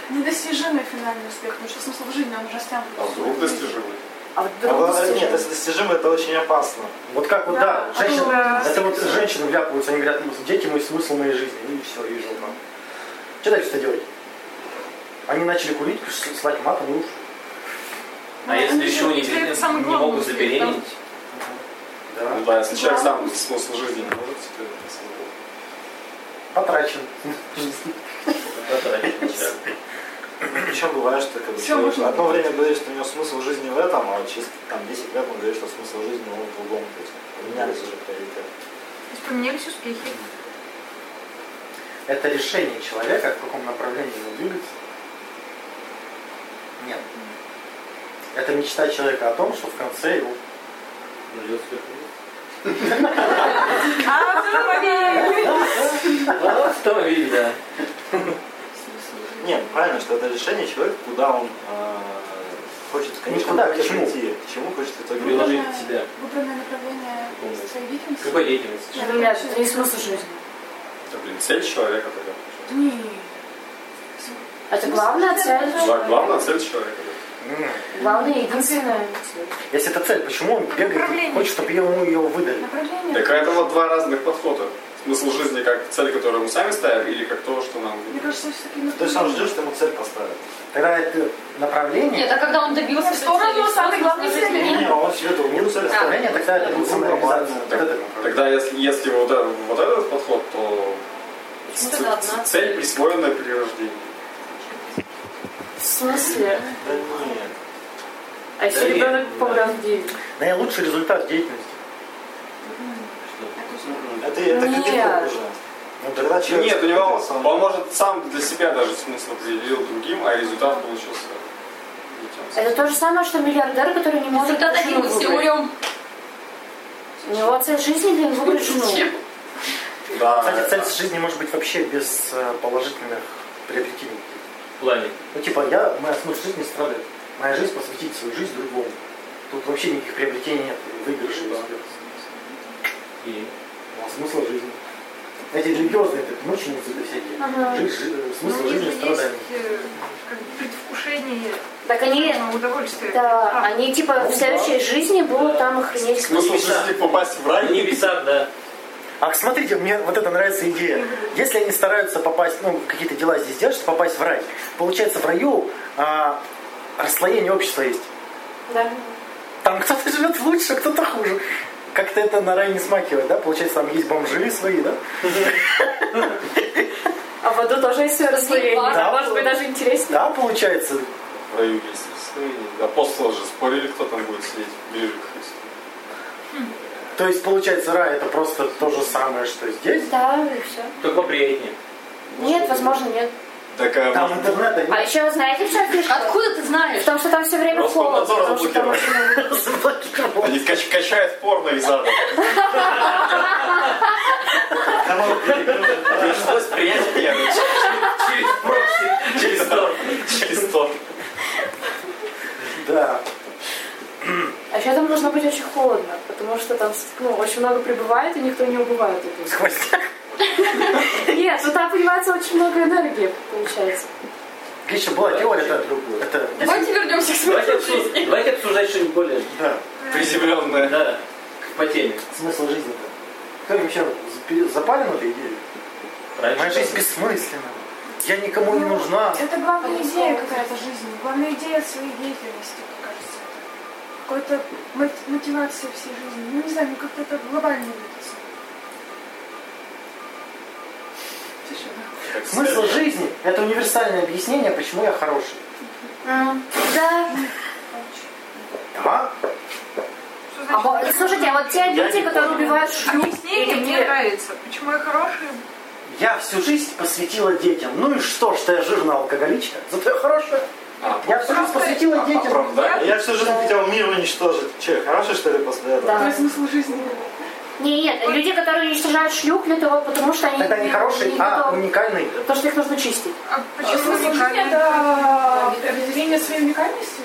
I: Недостижимый финальный успех, потому что смысл в жизни, он уже растянут.
C: А вдруг достижимый.
B: А вот
F: А
B: вдруг
F: главное, нет,
B: достижение.
F: если достижимо, это очень опасно.
A: Вот как вот, да,
I: Да,
A: женщины,
I: да.
A: это вот женщины вляпываются, они говорят, «Ну, дети мой смысл моей жизни. Ну и все, и жил там. Что дальше-то делать? Они начали курить, с- слать матом и уж.
D: А если
H: они
D: еще
H: же-
D: не,
H: теперь ну, это
D: не
H: самый главный
D: могут
H: успех,
D: забеременеть,
A: Да.
C: Ну да, если человек сам смысл жизни не может себе это самого.
A: Потрачен.
D: потрачено.
F: Причем бывает, что как бы,
I: Всё,
F: человек
I: можно.
F: одно время говорит, что у него смысл жизни в этом, а через там, 10 лет он говорит, что смысл жизни он в другом. То есть поменялись уже приоритеты.
H: То есть поменялись успехи.
A: Это решение человека, в каком направлении он двигается. Нет. Это мечта человека о том, что в конце его
H: А, автомобиль!
D: Автомобиль, да.
F: Нет, правильно, что это решение человека, куда он э, хочет, конечно,
A: куда, к
F: хочет
A: чему?
F: идти, к чему хочет в
H: Ну,
F: итоге
D: Приложить
I: Выбранное-
D: себя.
I: Выбранное направление
D: Полностью.
I: своей деятельности.
D: Какой деятельности?
I: Нет,
B: Ребят,
I: это
B: это не смысл жизни.
C: Это, блин, цель человека тогда.
I: Не.
B: Это главная цель.
C: Гла- Главная цель человека.
A: М.
B: Главная и единственная цель.
A: Если это цель, почему он бегает, и
H: Направление.
A: хочет, чтобы ему ее выдали?
I: Направление.
C: Так а это вот два разных подхода. Смысл жизни как цель, которую мы сами ставим, или как то, что нам...
I: Мне кажется, все-таки
F: То есть он ждет, что ему цель поставят.
A: Тогда это направление,
J: Нет, а когда он добился
I: В сторону
J: цели,
I: самой
J: смысл
I: главной
J: жизни
I: цели.
J: нет.
F: Не, он себе другую цель ставит.
A: направление тогда это будет самореализация. Вот это направление.
C: Тогда если, если вот, э- вот этот подход, то
J: Ну, тогда одна.
C: цель присвоена при рождении.
B: В смысле?
F: Да нет.
B: А
D: Да
B: если
D: нет,
B: ребенок
D: да.
B: помрет в девять?
A: Наилучший результат деятельности.
F: Это, это
B: Нет.
F: кредит уже.
A: Ну,
F: Тогда человек
C: Нет, у него,
F: сам-
C: он может сам для себя даже смысл определил другим, а результат получился
B: Это то же самое, что миллиардер, который не может
J: Результат
B: жену
J: один, все
B: выбрать.
J: умрем.
B: У него цель жизни для него выбрать жену.
A: Да. Кстати, цель жизни может быть вообще без э, положительных приобретений.
D: В плане.
A: Ну, типа, я, моя смысл жизни не страдает. Моя жизнь посвятить свою жизнь другому. Тут вообще никаких приобретений нет, и
C: Ну
A: выигрышей.
D: И
A: Ну, а смысл жизни. Эти религиозные, это мученицы это всякие.
B: Ага.
A: Жизнь, жи- смысл
H: Ну, у них
A: жизни
H: же
A: страдания.
H: есть, э, как бы предвкушение
B: Так они,
H: ну, удовольствия.
B: да,
H: А,
B: они типа в следующей жизни будут там охренеть.
A: Ну,
C: Смысл жизни попасть в рай?
D: на небесах, да.
A: А смотрите, мне вот это нравится идея. Если они стараются попасть, ну, какие-то дела здесь делать, чтобы попасть в рай, получается, в раю а, расслоение общества есть.
B: Да.
A: Там кто-то живет лучше, кто-то хуже. Как-то это на рай не смакивает, да? Получается, там есть бомжи свои, да?
B: А в аду тоже есть свое расслоение.
A: Да.
B: А, Может быть, даже интереснее.
A: Да, получается.
C: В раю есть расстояние. Апостолы же спорили, кто там будет сидеть ближе к Христу.
A: То есть, получается, рай это просто то же самое, что здесь.
B: Да, и все.
D: Только поприятнее.
B: Нет, возможно, нет.
C: Такая
A: Там интернета
B: А
A: нет.
B: еще, знаете, в чем фишка?
J: Откуда ты знаешь?
B: Потому что там все время холодно.
C: Роскомнадзор
B: Потому что там очень много А,
C: Они кач- качают порно из ада. Пришлось принять меры. Через прокси. Через тор. Через тор.
A: Да.
B: А еще там должно быть очень холодно, потому что там ну, очень много прибывает, и никто не убывает оттуда.
A: Хватит.
B: Нет, ну там понимается очень много энергии, получается.
A: Гриша, была теория, это, это
J: Давайте вернемся к
D: Давайте,
J: смыслу
D: обсуж-
J: жизни.
D: давайте обсуждать что-нибудь более,
A: да,
C: Приземленная.
D: да, по теме.
A: смысл жизни-то. Как вообще запе- запален этой идеей?
D: Раньше
A: Моя жизнь бессмысленна. Я никому не нужна.
I: Это главная идея какая-то жизни, главная идея своей деятельности, мне кажется. Какой-то мот- мотивации всей жизни. Ну, не знаю, ну как-то это глобально видится. Тишина.
A: Смысл жизни – это универсальное объяснение, почему я хороший.
B: Да.
A: Да?
H: Что
B: А
H: значит?
B: мо- слушайте, а вот те люди, которые убивают шлюх,
H: Объяснение
B: или
H: а мне
B: нет?
H: нравится. Почему я хороший?
A: Я всю жизнь посвятила детям. Ну и что, что я жирная алкоголичка? Зато я хорошая. Я всю жизнь посвятила детям.
C: Оправдание.
F: Я всю жизнь хотел мир уничтожить. Че, хороший что ли после этого?
B: Да.
I: Какой смысл жизни?
B: Не, нет, люди, которые уничтожают шлюх для того, потому что они
A: Тогда не хороший,
B: не
A: а
B: готовы.
A: уникальный.
B: Потому что их нужно чистить.
H: А почему
I: Смысл жизни
H: уникальный?
I: это определение своей уникальности?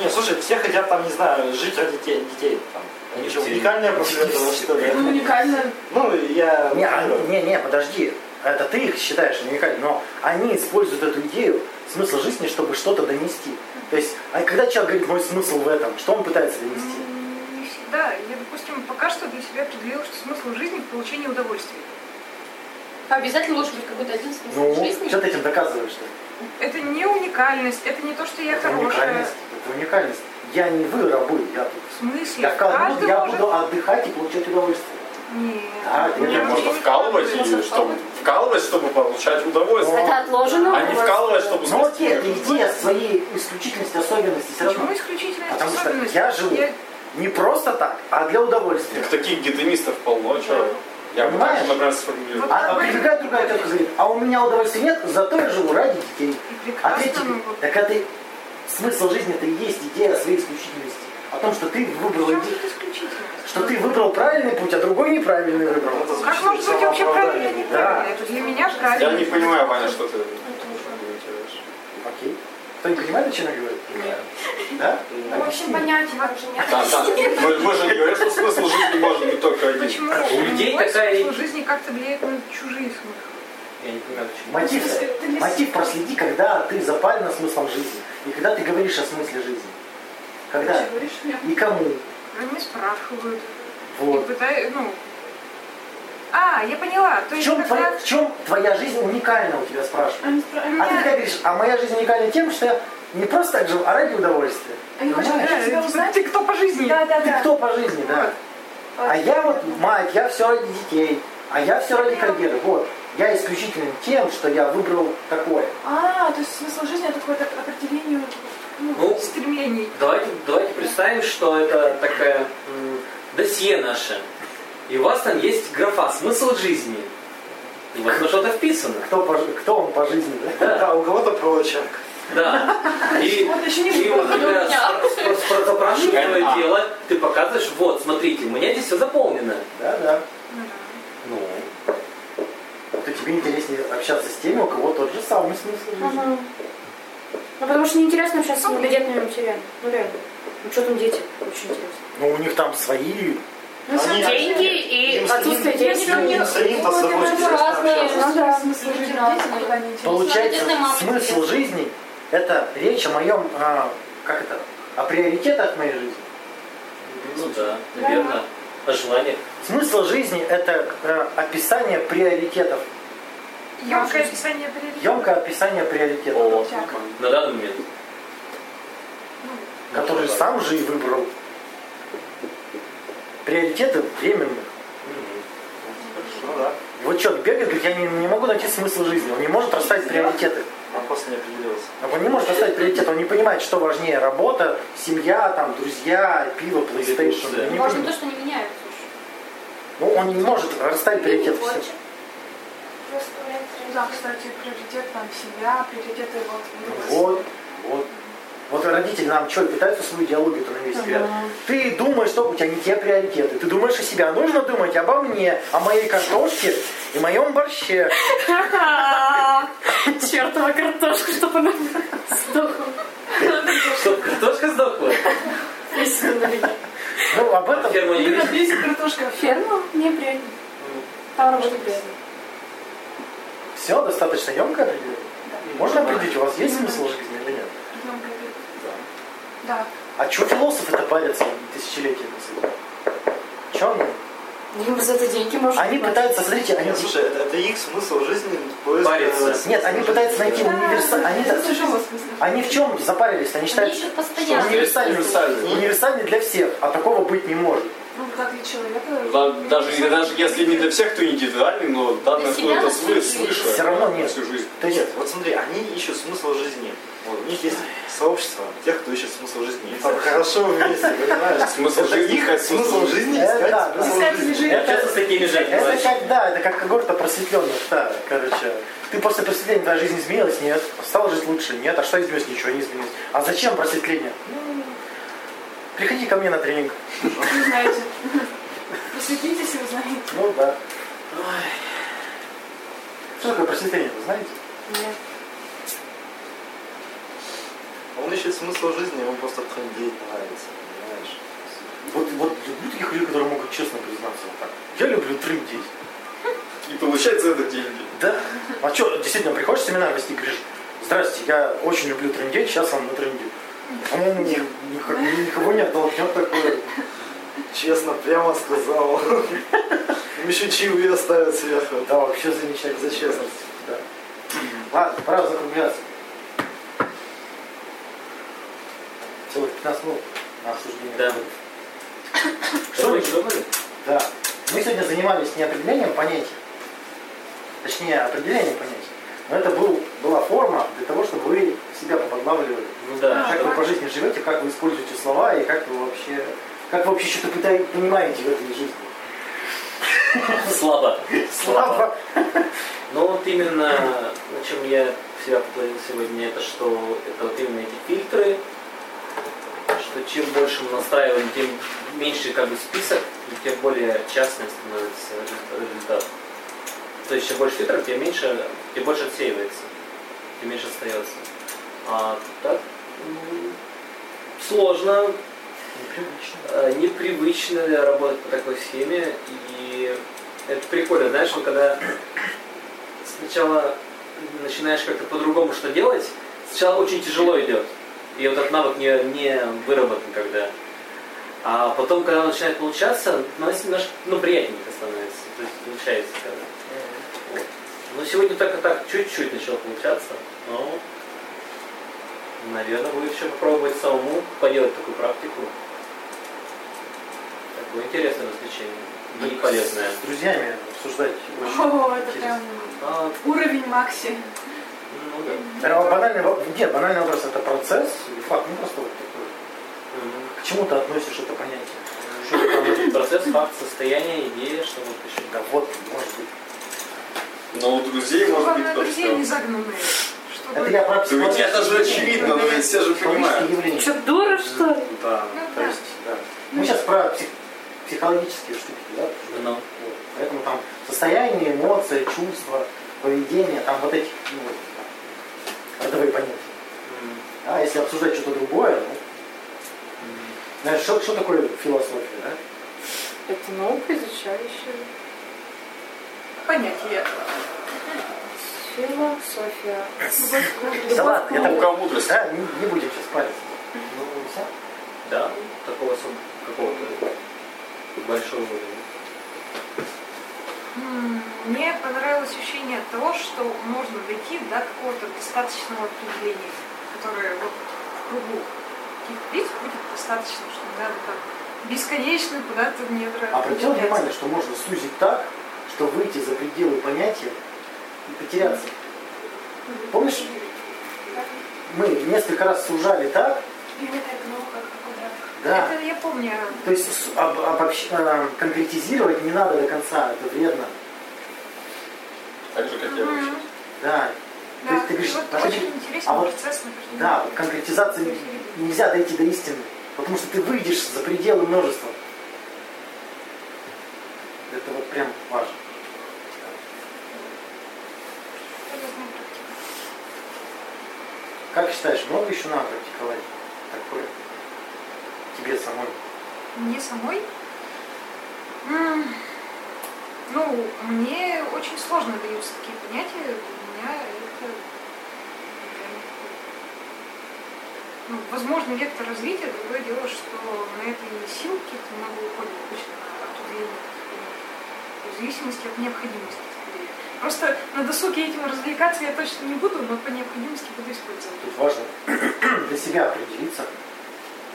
F: Не, слушай, все хотят там, не знаю, жить ради детей. детей там.
D: Нет,
F: Ничего
D: детей.
F: уникального после этого, что ли?
I: Ну, уникально.
F: Ну, я...
A: Не, а, не, не, подожди. Это ты их считаешь уникальными, но они используют эту идею, смысл жизни, чтобы что-то донести. То есть, а когда человек говорит, мой смысл в этом, что он пытается донести?
H: М, Не всегда. Я, допустим, пока что для себя определила, что смысл жизни в получении удовольствия.
J: Обязательно должен быть какой-то один смысл
A: Ну,
J: жизни.
A: что ты этим доказываешь? Что?
H: Это не уникальность, это не то, что я
A: Это
H: хорошая.
A: уникальность. Это уникальность. Я не вы рабы, я тут.
H: В смысле?
A: Я, вкалываю,
H: Каждый
A: я
H: может-
A: буду А, отдыхать и получать удовольствие.
H: Нет.
A: Да, это
H: Нет,
A: я
C: Можно
H: вообще не
C: вкалывать, и
H: вкалываю.
C: чтобы, вкалывать, чтобы получать удовольствие.
B: Это отложено.
C: А не вкалывать, чтобы
A: Но
C: спасти
A: ну, окей, это
C: мир.
A: идея своей исключительности, особенности все равно.
H: Почему исключительная
A: Потому что
H: способность?
A: я живу
H: Я-
A: не просто так, а для удовольствия.
C: Так Таких гедонистов полно, а чё. Я бы
A: Понимаешь?
C: так, например, сформулировал.
A: А прибегает другая тетка и говорит, а у меня удовольствия нет, зато я живу ради детей.
H: И ну прекрасно
A: А третий говорит,
H: могу.
A: так это и- смысл жизни это и есть идея о своей исключительности. О том, что ты выбрал
H: Причём
A: иде-
H: тут исключительность?
A: что ты выбрал правильный путь, а другой неправильный выбрал.
H: Как может быть вообще правильно или
A: Да.
H: неправильно? Это для меня
C: Я не
H: правильно.
C: понимаю, Ваня, что ты аргументируешь.
A: Окей. Кто не понимает, о чем я говорю?
D: Нет.
A: Да?
G: Ну, в общем, понятен уже нет.
C: Да, да. Мы, мы же не говорим, что смысл жизни может быть только один.
H: Почему
D: У людей
H: мой
D: такая-
H: смысл жизни как-то влияет на чужие смыслы?
D: Я не понимаю, почему.
A: Мотив, мотив проследи, когда ты запален смыслом жизни. И когда ты говоришь о смысле жизни. Когда?
I: Ты говоришь мне?
A: И кому?
H: Они спрашивают. И
A: Вот.
H: пытаю- ну... А, я поняла. То
A: В
H: есть,
A: чем,
H: когда...
A: твоя, в чем твоя жизнь уникальна, у тебя спрашивают.
I: Они спра-
A: А ты
I: они-
A: когда говоришь, а моя жизнь уникальна тем, что я не просто так живу, а ради удовольствия.
I: Они хотят
A: Понимаешь? А
I: тебя
H: э, Да,
I: узнать.
H: ты кто по жизни?
I: Да, да,
A: Ты
I: да.
A: кто по жизни, да? А я вот мать, я все ради детей, а я все ради карьеры. Вот. Я исключительно тем, что я выбрал такое.
I: А, то есть смысл жизни это какое-то определение. Ну,
D: Ну,
H: Стремлений.
D: давайте, давайте представим, что это такая м, досье наше. И у вас там есть графа «Смысл жизни». И у вас на что-то вписано.
A: Кто, по, жи- кто он по жизни, да?
F: Да, у кого-то прочерк.
D: Да. И,
I: Вот еще не
D: и
I: было.
D: вот когда
I: У меня.
D: спро- спро- запрашивают твое
A: А.
D: дело, ты показываешь, вот, смотрите, у меня здесь все заполнено.
A: Да, да.
D: Ну,
A: То тебе интереснее общаться с теми, у кого тот же самый смысл жизни.
B: Ага. Ну, потому что неинтересно сейчас с многодетными матерями. Ну, реально. Ну, что там дети? Очень интересно.
A: Но Ну, у них там свои.
B: Ну,
A: Они-
B: деньги и
A: им с
B: отсутствие
A: ним-
B: денег.
A: им- им с ним-то с тобой
B: Ну,
A: интересно
B: разные,
A: общаться.
B: ну, да.
A: Получается,
B: Многодетная мама.
A: смысл жизни – это речь о моем, а, как это, о приоритетах моей жизни.
D: ну да, А наверное. О желаниях.
A: Смысл жизни – это э, описание приоритетов.
H: Емкое описание приоритетов.
A: Емкое описание приоритетов.
D: На данный момент.
A: Который сам же и выбрал. Приоритеты временных.
F: Ну да.
A: Вот человек бегает, говорит, я не, не могу найти смысл жизни. Он не может расставить приоритеты.
F: Вопрос не определился.
A: Он не может расставить приоритеты. Он не понимает, что важнее. Работа, семья, там, друзья, пиво, PlayStation. Он не
J: Можно
A: понимает.
J: то, что не меняют.
A: Ну, он не может расставить приоритеты. всё.
I: Да, кстати, приоритет там семья, приоритеты вот.
A: Вот, вот. Вот родители нам что, пытаются свою идеологию-то на весь свет.
I: Ага.
A: Ты думаешь, что у тебя не те приоритеты. Ты думаешь о себя. Нужно думать обо мне, о моей картошке и моем борще.
B: Чертова картошка, чтобы она сдохла.
D: Чтоб картошка сдохла.
A: Ну, об этом...
D: Ферма не
I: Именно
D: говорит.
I: здесь картошка.
B: Ферма мне приятнее. Там работа приятнее.
A: Все достаточно емко определили? Можно определить, у вас есть смысл жизни или нет?
I: Да.
A: А чего философы-то парятся тысячелетиями с этим? Чё они?
B: Им за это деньги можно.
A: Они пытаются, смотрите, они...
F: Нет, слушай, это, это их смысл жизни. поиск, э,
A: Париться. Нет, они пытаются найти универсальный... Они, они в чем запарились? Они считают,
J: ищут
A: что
J: постоянно.
A: универсальный,
C: Универсальный.
A: универсальный для всех, а такого быть не может.
I: Ну, как для человека.
C: Да, Даже, даже если не для всех, то индивидуальный, но данное
J: Для себя
C: какое-то
J: на всю
C: свы-
J: жизнь.
C: свыше
A: Всё равно нет.
C: всю жизнь.
A: То есть
F: Нет, вот смотри, они ищут смысл жизни. Вот, у них есть сообщество тех, кто ищет смысл жизни. И там А, хорошо вместе, понимаешь?
C: Смысл
F: Это
C: жизни,
F: их
C: искать
F: смысл
C: смысл
F: жизни
A: жизни. Э, да,
F: искать.
A: да.
F: смысл
A: Искать
F: жизни.
D: Общаться с такими же.
A: Это
D: понимаешь?
A: как, да, это как когорта просветленных, да, короче. Ты после просветления твоя жизнь изменилась? Нет. Стала жить лучше? Нет. А что изменилось? Ничего не изменилось. А зачем просветление? Ну, Приходи ко мне на тренинг.
I: Вы знаете. Посвятитесь и узнаете.
A: Ну да. Что такое просветление, вы знаете?
F: Он ищет смысл жизни, ему просто трындеть нравится, понимаешь?
A: Вот, вот люблю таких людей, которые могут честно признаться вот так. Я люблю трындеть.
C: И получается это деньги.
A: Да? А что, действительно, приходишь в семинар вести и говоришь, здрасте, я очень люблю трындеть, сейчас вам на трынде. А он ни- ни- никого не оттолкнет такое.
F: Честно, прямо сказал. Им еще чаевые оставят сверху.
A: Да, вообще замечательно.
F: За честность.
A: Да. Ладно, пора закругляться. Целых 15 минут на обсуждение.
D: Да. Что вы что вы?
A: Да. Мы сегодня занимались не определением понятий, точнее определением понятий, но это был, была форма для того, чтобы вы себя поподлавливали.
D: Ну да.
A: Как вы по жизни живете, как вы используете слова и как вы вообще, как вы вообще что-то пытаете, понимаете в этой жизни.
D: Слабо.
A: Слабо.
D: Но вот именно, на чем я себя подловил сегодня, это что это вот именно эти фильтры, что чем больше мы настраиваем, тем меньше как бы список, и тем более частным становится резу- результат. То есть чем больше фильтров, тем меньше, тем больше отсеивается, тем меньше остается. А так м, сложно, Э, непривычно работать по такой схеме. И это прикольно, знаешь, вот когда сначала начинаешь как-то по-другому что делать, сначала очень тяжело идет. И вот этот навык не, не выработан когда. А потом, когда он начинает получаться, ну, если наш, ну, приятненько становится. То есть получается. Когда. Вот. Ну, сегодня так и так, чуть-чуть начало получаться, но, наверное, будет еще попробовать самому поделать такую практику. Такое интересное развлечение. И полезное.
A: С друзьями обсуждать очень
I: О, это
A: интересно.
I: прям
D: А,
I: уровень Макси.
D: ну да.
A: Прямо Э, банальный вопрос. Нет, банальный вопрос это процесс или факт, ну просто вот такой.
D: Мгм.
A: К чему ты относишь это понятие?
D: Что там, Процесс, факт, состояние, идея, что вот еще.
A: Да вот, может быть.
C: Но у друзей может быть
H: Главное,
C: так,
H: друзей
C: что-
H: не загнанные. чтобы...
A: Это я про
C: Ну, ведь это же очевидно, но ведь все же понимают.
A: явление.
B: Что, дура, что ли?
A: Да, то есть, да. Мы сейчас про псих- психологические штуки, да?
D: Ну.
A: Вот. Поэтому там состояние, эмоции, чувства, поведение, там вот эти ну, вот, родовые понятия. А если обсуждать что-то другое, ну, знаешь, что, что такое философия, да?
J: Это наука, изучающая
H: Понятие.
B: Философия.
A: Да ладно, я так-
C: Наука о мудрости.
A: Да, не, не будем сейчас париться. Ну, всё.
D: Да, такого особо какого-то большого уровня.
H: М, Мне понравилось ощущение от того, что можно дойти до какого-то достаточного определения, которое вот в кругу каких-то лиц будет достаточно, что не надо там бесконечно куда-то в недра
A: А обратил
H: углубляться.
A: внимание, что можно сузить так, что выйти за пределы понятия и потеряться. Помнишь, мы несколько раз сужали так,
H: Именно это наука как
A: да.
H: Это я помню.
A: То есть с- об- обобщ- э, конкретизировать не надо до конца, это вредно.
C: Так А же, как я
H: Мгм.
C: учусь.
A: Да.
H: Да,
A: То есть ты
H: и
A: говоришь,
H: вот
A: подожди,
H: очень интересный
A: а вот-
H: процесс, например.
A: Да, вот конкретизации не- нельзя дойти до истины, потому что ты выйдешь за пределы множества. Это вот прям важно.
H: Полезная практика.
A: Как считаешь, много еще надо практиковать такое? Тебе самой.
H: Мне самой? М, Ну, мне очень сложно даются такие понятия. Для меня это... наверное, Ну, возможно, вектор развития. Другое дело, что на это и сил каких-то много уходит обычно на определение этих понятий. В зависимости от необходимости. скорее. Просто на досуге этим развлекаться я точно не буду, но по необходимости буду использовать.
A: Тут важно для себя определиться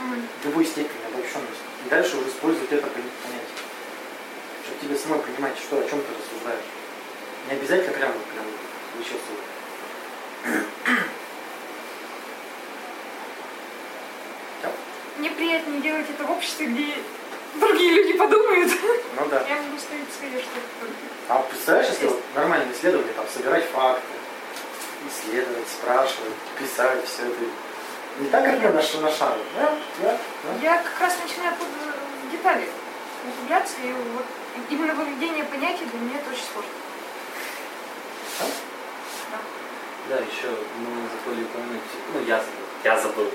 H: М.
A: в любой степени обобщенности. И дальше уже использовать это понятие. Чтобы тебе самой понимать, что о чем ты рассуждаешь. Не обязательно прямо вот прям вычесывать.
H: Мне приятнее делать это в обществе, где другие люди подумают.
A: Ну да.
H: Я могу ставить свои что-то.
A: А вот представляешь, если вот нормальное исследование, там, собирать факты, исследовать, спрашивать, писать все это. Не так, как мы на, ш- на шару. Да, да, да.
H: Я как раз начинаю под э, детали углубляться, и вот именно выведение понятий для меня это очень сложно.
D: Да, еще мы забыли упомянуть, ну я забыл, я забыл,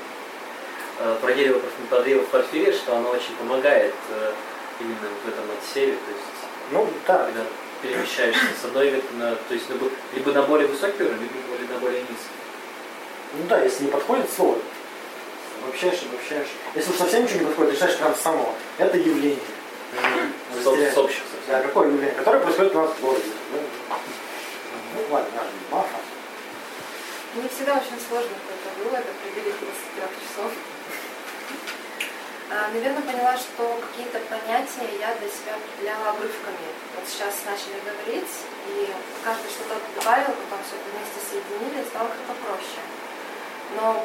D: э, про дерево подрево в порфире, что оно очень помогает э, именно в этом отсеве, то есть
A: Ну да,
D: когда перемещаешься с одной ветки на, то есть либо, либо на более высокий уровень, либо более- на более низкий.
A: ну да, если не подходит слово, обобщаешь, обобщаешь. Если уж совсем ничего не подходит, решаешь прям с самого. Это явление.
D: С,
A: Разделяю.
D: с общих, собственно.
A: Да, какое явление? Которое происходит у нас в городе. Да? Ну ладно, надо не бафа.
J: Мне всегда очень сложно это было, это определить после трех часов. А, Наверное, поняла, что какие-то понятия я для себя определяла обрывками. Вот сейчас начали говорить, и каждый что-то добавил, потом все это вместе соединили, и стало как-то проще. Но м,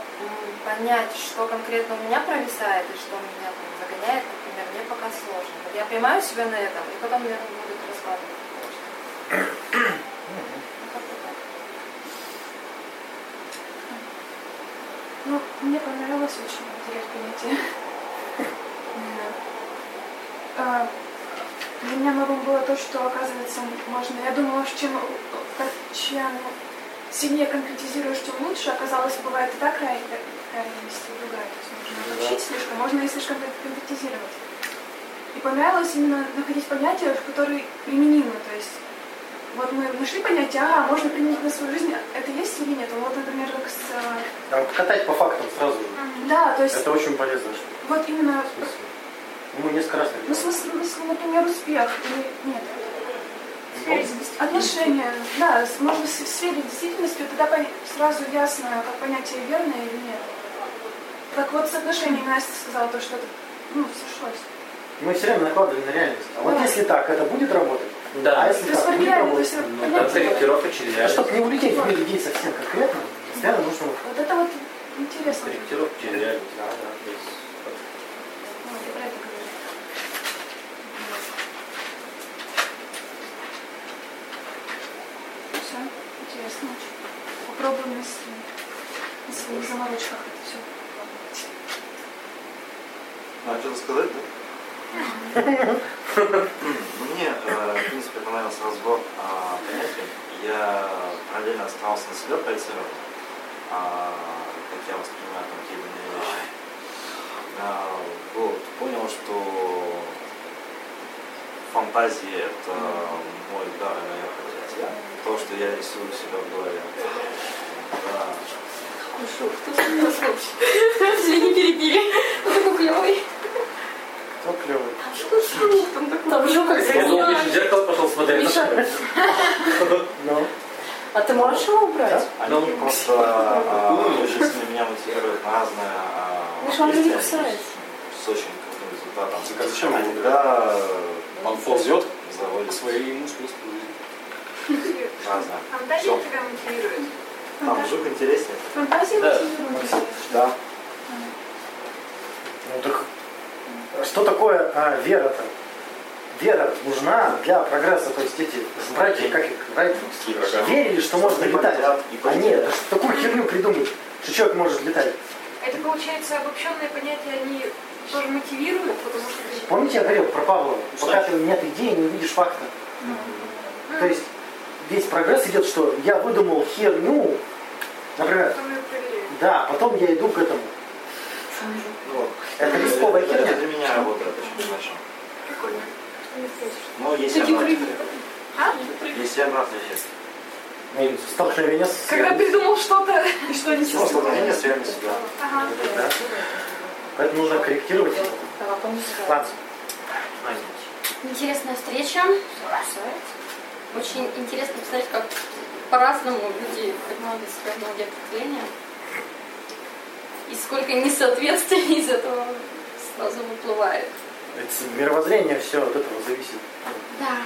J: понять, что конкретно у меня провисает и что меня там загоняет, например, мне пока сложно. Вот я поймаю себя на этом, и потом, наверное, буду это раскладывать. Ну, как-то так.
I: Ну, мне понравилось очень потерять понятие. А, Для меня новым было то, что, оказывается, можно... Я думала, что чем, как- чем сильнее конкретизируешь, тем лучше. Оказалось, бывает и та край- крайность, и другая. То есть можно обобщить слишком, можно и слишком кон- конкретизировать. И понравилось именно находить понятия, которые применимы. То есть вот мы нашли понятие, а, можно применить на свою жизнь. а Это есть или нет? Вот, например, как с э,
A: Там катать по фактам сразу же.
I: да, то есть
A: Это очень полезно. что-
I: вот именно,
A: в смысле. Ну, мы несколько раз так
I: ну, в
A: делали.
I: смысле, ну, если, например, успех или нет,
H: Сфере действительности.
I: отношения, да, с- можно с- в сфере действительности, тогда пон- сразу ясно, как понятие верное или нет. Как вот с отношениями Настя сказала, то, что это, ну, сошлось.
A: Мы все время накладывали на реальность. А вот
I: Да.
A: если так, это будет работать?
D: Да.
A: А
I: То
A: если
I: есть
A: так,
I: вот
A: будет
I: реально, то
A: работать?
I: есть вот
D: Ну, там
I: понятие, вот-
D: корректировка через реальность.
A: Чтобы не улететь в мир людей совсем конкретно, постоянно нужно... вот-
I: вот это вот интересно.
D: Корректировка через реальность.
A: Да, да.
D: То есть,
I: Ну, я про это говорю.
H: Ну,
I: Все, интересно очень. попробуем на своих, на своих заморочках это все.
F: А что-то сказать, да? Мне, э, в принципе, понравился разбор а, понятий. Я параллельно старался на себя проецировать, а, как я воспринимаю там те или иные вещи. А, вот, понял, что фантазия — это мой дар и моя хотя. То, что я рисую у себя в голове. Да.
K: Ну что, кто смеялся вообще? Все не перебили. Он такой клевый.
A: Кто клевый?
K: Там что шук, там такой.
B: Там жук как
D: Я думал, Миша Ну, в
B: змея.
D: зеркало пошел смотреть.
B: Миша. А ты можешь его убрать?
F: Они просто а, очень сильно меня мотивируют на разные а,
B: Миша, Ну, он же не
F: действия
B: кусается.
F: с очень крутым результатом.
C: Так а зачем его
F: Когда
C: Он ползет,
F: заводит
C: свои мускулы использует.
F: разные.
H: Фантазия
F: Всё.
H: тебя мотивирует.
F: Там жук интереснее.
I: Фантазия
D: Да.
I: мотивирует.
F: Да.
A: Ну так что такое а, вера-то? Вера нужна для прогресса, то есть эти братья, как их, братья,
C: Игрока.
A: верили, что можно летать. А нет, это ж такую херню придумать, что человек может летать.
H: Это получается обобщенное понятие, они тоже мотивируют, потому что ты-
A: Помните, я говорил про Павлова? Пока ты нет идеи, не видишь факта. То есть весь прогресс идет, что я выдумал херню, например,
H: которые проверяют.
A: да, потом я иду к этому.
F: Ну, Вот.
A: Это рисковая
F: Это- Это
A: херня.
F: для меня работает очень хорошо.
H: Прикольно.
F: Но есть и
K: Такие
F: обратный
K: прыгни.
F: эффект.
H: А?
F: Есть и обратный эффект.
A: Ну, Столкновение с
H: Когда придумал что-то, и что не
F: Всего столкновения с
H: существует.
F: реальностью, да.
H: Ага.
A: Да. Поэтому нужно корректировать его. план.
K: Интересная встреча. Очень интересно посмотреть, как по-разному люди поднимают себя многие определения. И сколько несоответствий из этого сразу выплывает.
A: Ведь мировоззрение все от этого зависит.
K: Да.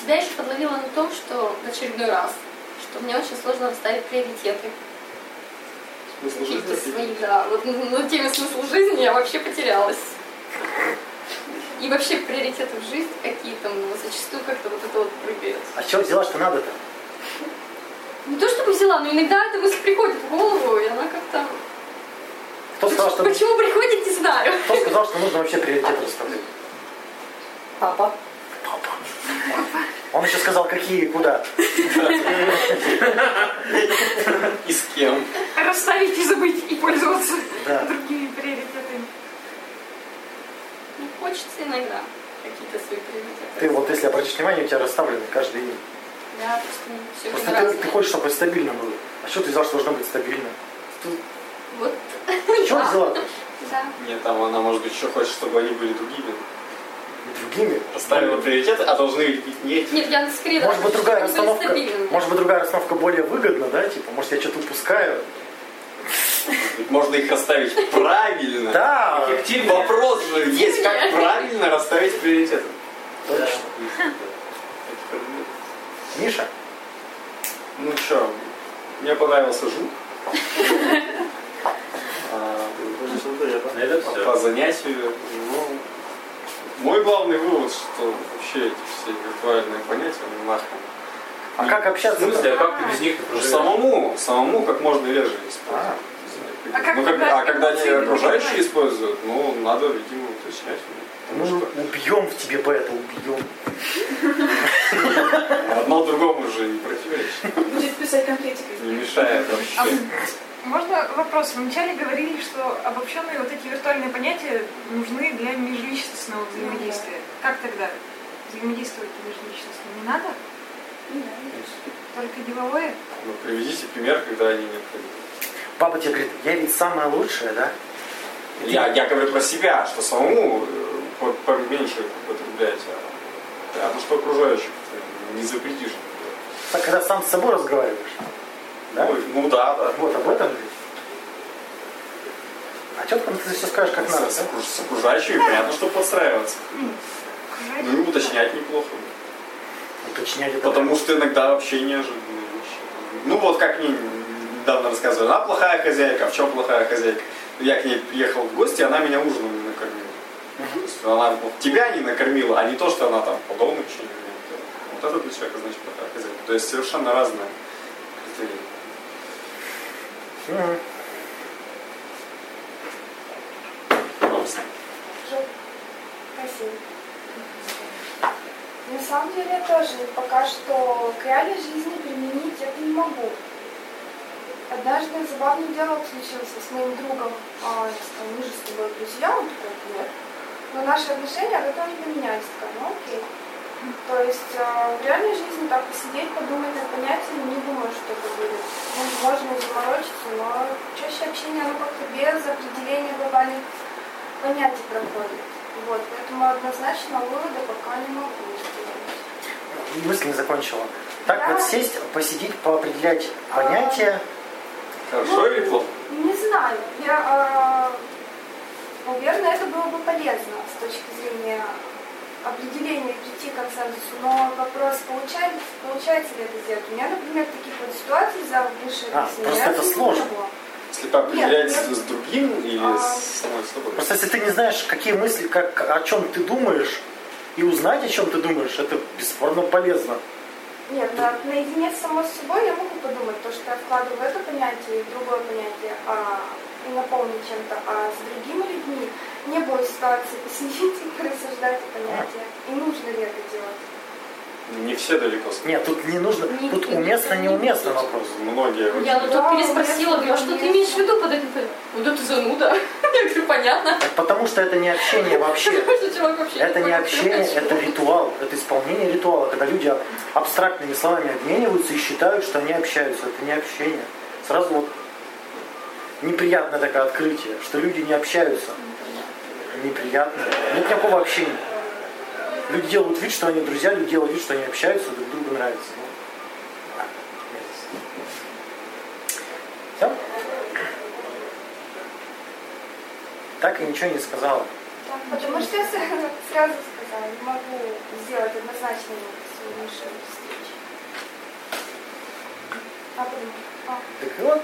K: Себя еще подловила на том, что в очередной раз, что мне очень сложно расставить приоритеты.
C: Смысл
K: Какие-то
C: жизни.
K: свои, да. Вот на теме смысл жизни я вообще потерялась. И вообще приоритеты в жизни какие-то, ну, зачастую как-то вот это вот прыгает.
A: А что взяла, что надо-то?
K: Не то чтобы взяла, но иногда эта мысль приходит в голову, и она как-то...
A: Кто сказал, что,
K: Почему приходит, не знаю.
A: кто сказал, что нужно вообще приоритет расставлять?
B: Папа.
A: Он еще сказал, какие и куда.
C: И с кем?
H: Расставить и забыть, и пользоваться
A: Да.
H: другими приоритетами.
K: Ну, хочется иногда какие-то свои приоритеты.
A: Ты вот, если обратишь внимание, у тебя расставлены каждый день.
K: Да, просто не все
A: Просто
K: время
A: ты,
K: разное.
A: ты хочешь, чтобы стабильно было. А что ты взял, что должно быть стабильно?
K: Вот.
A: Чего
K: Да.
A: взяла?
K: Да.
C: Нет, там она, может быть, еще хочет, чтобы они были другими.
A: Другими?
C: Расставила приоритеты, а должны быть не
K: Нет, я скорее...
A: Может быть, другая
K: чтобы были
A: расстановка.
K: стабильными.
A: Может быть, другая расстановка более выгодна, да? Типа, может, я что-то упускаю.
C: Ведь Можно их расставить правильно.
A: Да!
D: Эффективнее.
C: Вопрос же есть, как правильно расставить приоритеты. А
D: Да.
A: Миша,
C: Ну что, мне понравился жук. А,
F: Тоже создает, да?
D: На этом
C: по-
D: все.
C: По занятию, ну, мой главный вывод, что вообще эти все виртуальные понятия, ну, нахрен.
A: а как
D: В смысле,
A: общаться?
D: а как ты без них
C: Потому что
D: самому?
C: Ну, самому, самому как можно реже использовать.
A: А.
H: А как
C: ну, как-
H: когда
C: а когда
H: эмоции
C: не
H: не
C: окружающие
H: понимаешь?
C: используют, ну, надо, видимо, уточнять.
A: Мы
C: Потому что
A: убьем в тебе бета, убьем.
C: одно другому же не противоречит,
I: Будет писать конкретикой.
C: не мешает
H: А
C: вообще.
H: Можно вопрос? Вначале говорили, что обобщенные вот эти виртуальные понятия нужны для межличностного взаимодействия. Как тогда? Взаимодействовать межличностно не надо? Только деловое?
C: Ну, приведите пример, когда они необходимы.
A: Папа тебе говорит, я ведь самая лучшая, да?
C: Я, я говорю про себя, что самому э, по- поменьше употреблять, а, а то, что окружающих ты не запретишь.
A: Так, когда сам с собой разговариваешь. Да?
C: Ну, ну да, да.
A: Вот об этом говорит. А что там ты все скажешь, как
C: С-
A: надо,
C: с,
A: да?
C: окруж- с окружающими понятно, что подстраиваться. Ну и уточнять неплохо.
A: Уточнять это.
C: Потому что иногда вообще неожиданные вещи. Ну вот как мне недавно рассказывали, она плохая хозяйка, а в чем плохая хозяйка? Я к ней приехал в гости, она меня ужином не накормила. То есть Она вот тебя не накормила, а не то, что она там по дому что-нибудь. делала. Вот это для человека значит плохая хозяйка. То есть совершенно разные критерии.
G: Спасибо. На самом деле я тоже пока что к реальной жизни применить это не могу. Однажды забавный диалог случился с моим другом. А, я сказала, мы же с тобой друзья, он такой, нет. Но наши отношения от этого не поменялись. Я Сказала, ну окей. То есть э, в реальной жизни так посидеть, подумать над понятиями, не думаю, что это будет. Ну, можно заморочиться, но чаще общение, оно как-то без определения глобальных понятий проходит. Вот, поэтому однозначно вывода пока не могу сделать.
A: Мысль не закончила. Так
G: Да.
A: вот сесть, посидеть, поопределять понятия.
C: Хорошо или плохо?
G: Ну, Не знаю. Я, э, наверное, это было бы полезно с точки зрения определения прийти к консенсусу. Но вопрос, получается, получается ли это сделать. У меня, например, таких вот ситуаций за выше
A: А, просто это сложно.
C: Если поопределять
G: Нет,
C: с другим или с самой собой?
A: Просто если ты не знаешь, какие мысли, как, о чем ты думаешь, и узнать, о чем ты думаешь, это бесспорно полезно.
G: Нет, на- наедине с самой собой я могу подумать, то, что я вкладываю в это понятие и в другое понятие, а, и наполнить чем-то, а с другими людьми не было ситуации посидеть и порассуждать о понятии. И нужно ли это делать.
C: Не все далеко.
A: Нет, тут не нужно, тут уместно-неуместно вопрос.
C: Многие. вот-
K: Я ну,
G: Да,
K: тут переспросила, говорю, а что ты имеешь в виду под этим? Ну да ты зануда. Я говорю, понятно.
A: Потому что это не общение вообще.
K: Потому что чувак вообще
A: Это не
K: понял,
A: общение,
K: что
A: это ритуал, это исполнение ритуала, когда люди абстрактными словами обмениваются и считают, что они общаются. Это не общение. Сразу вот неприятное такое открытие, что люди не общаются. Неприятно. Нет никакого общения. Люди делают вид, что они друзья, люди делают вид, что они общаются, друг другу нравятся. Ну, Все? Так и ничего не сказала.
G: Да, Потому что я с- сразу сказала, не могу сделать однозначно сегодняшнюю встречу. А потом, а,
A: Так вот,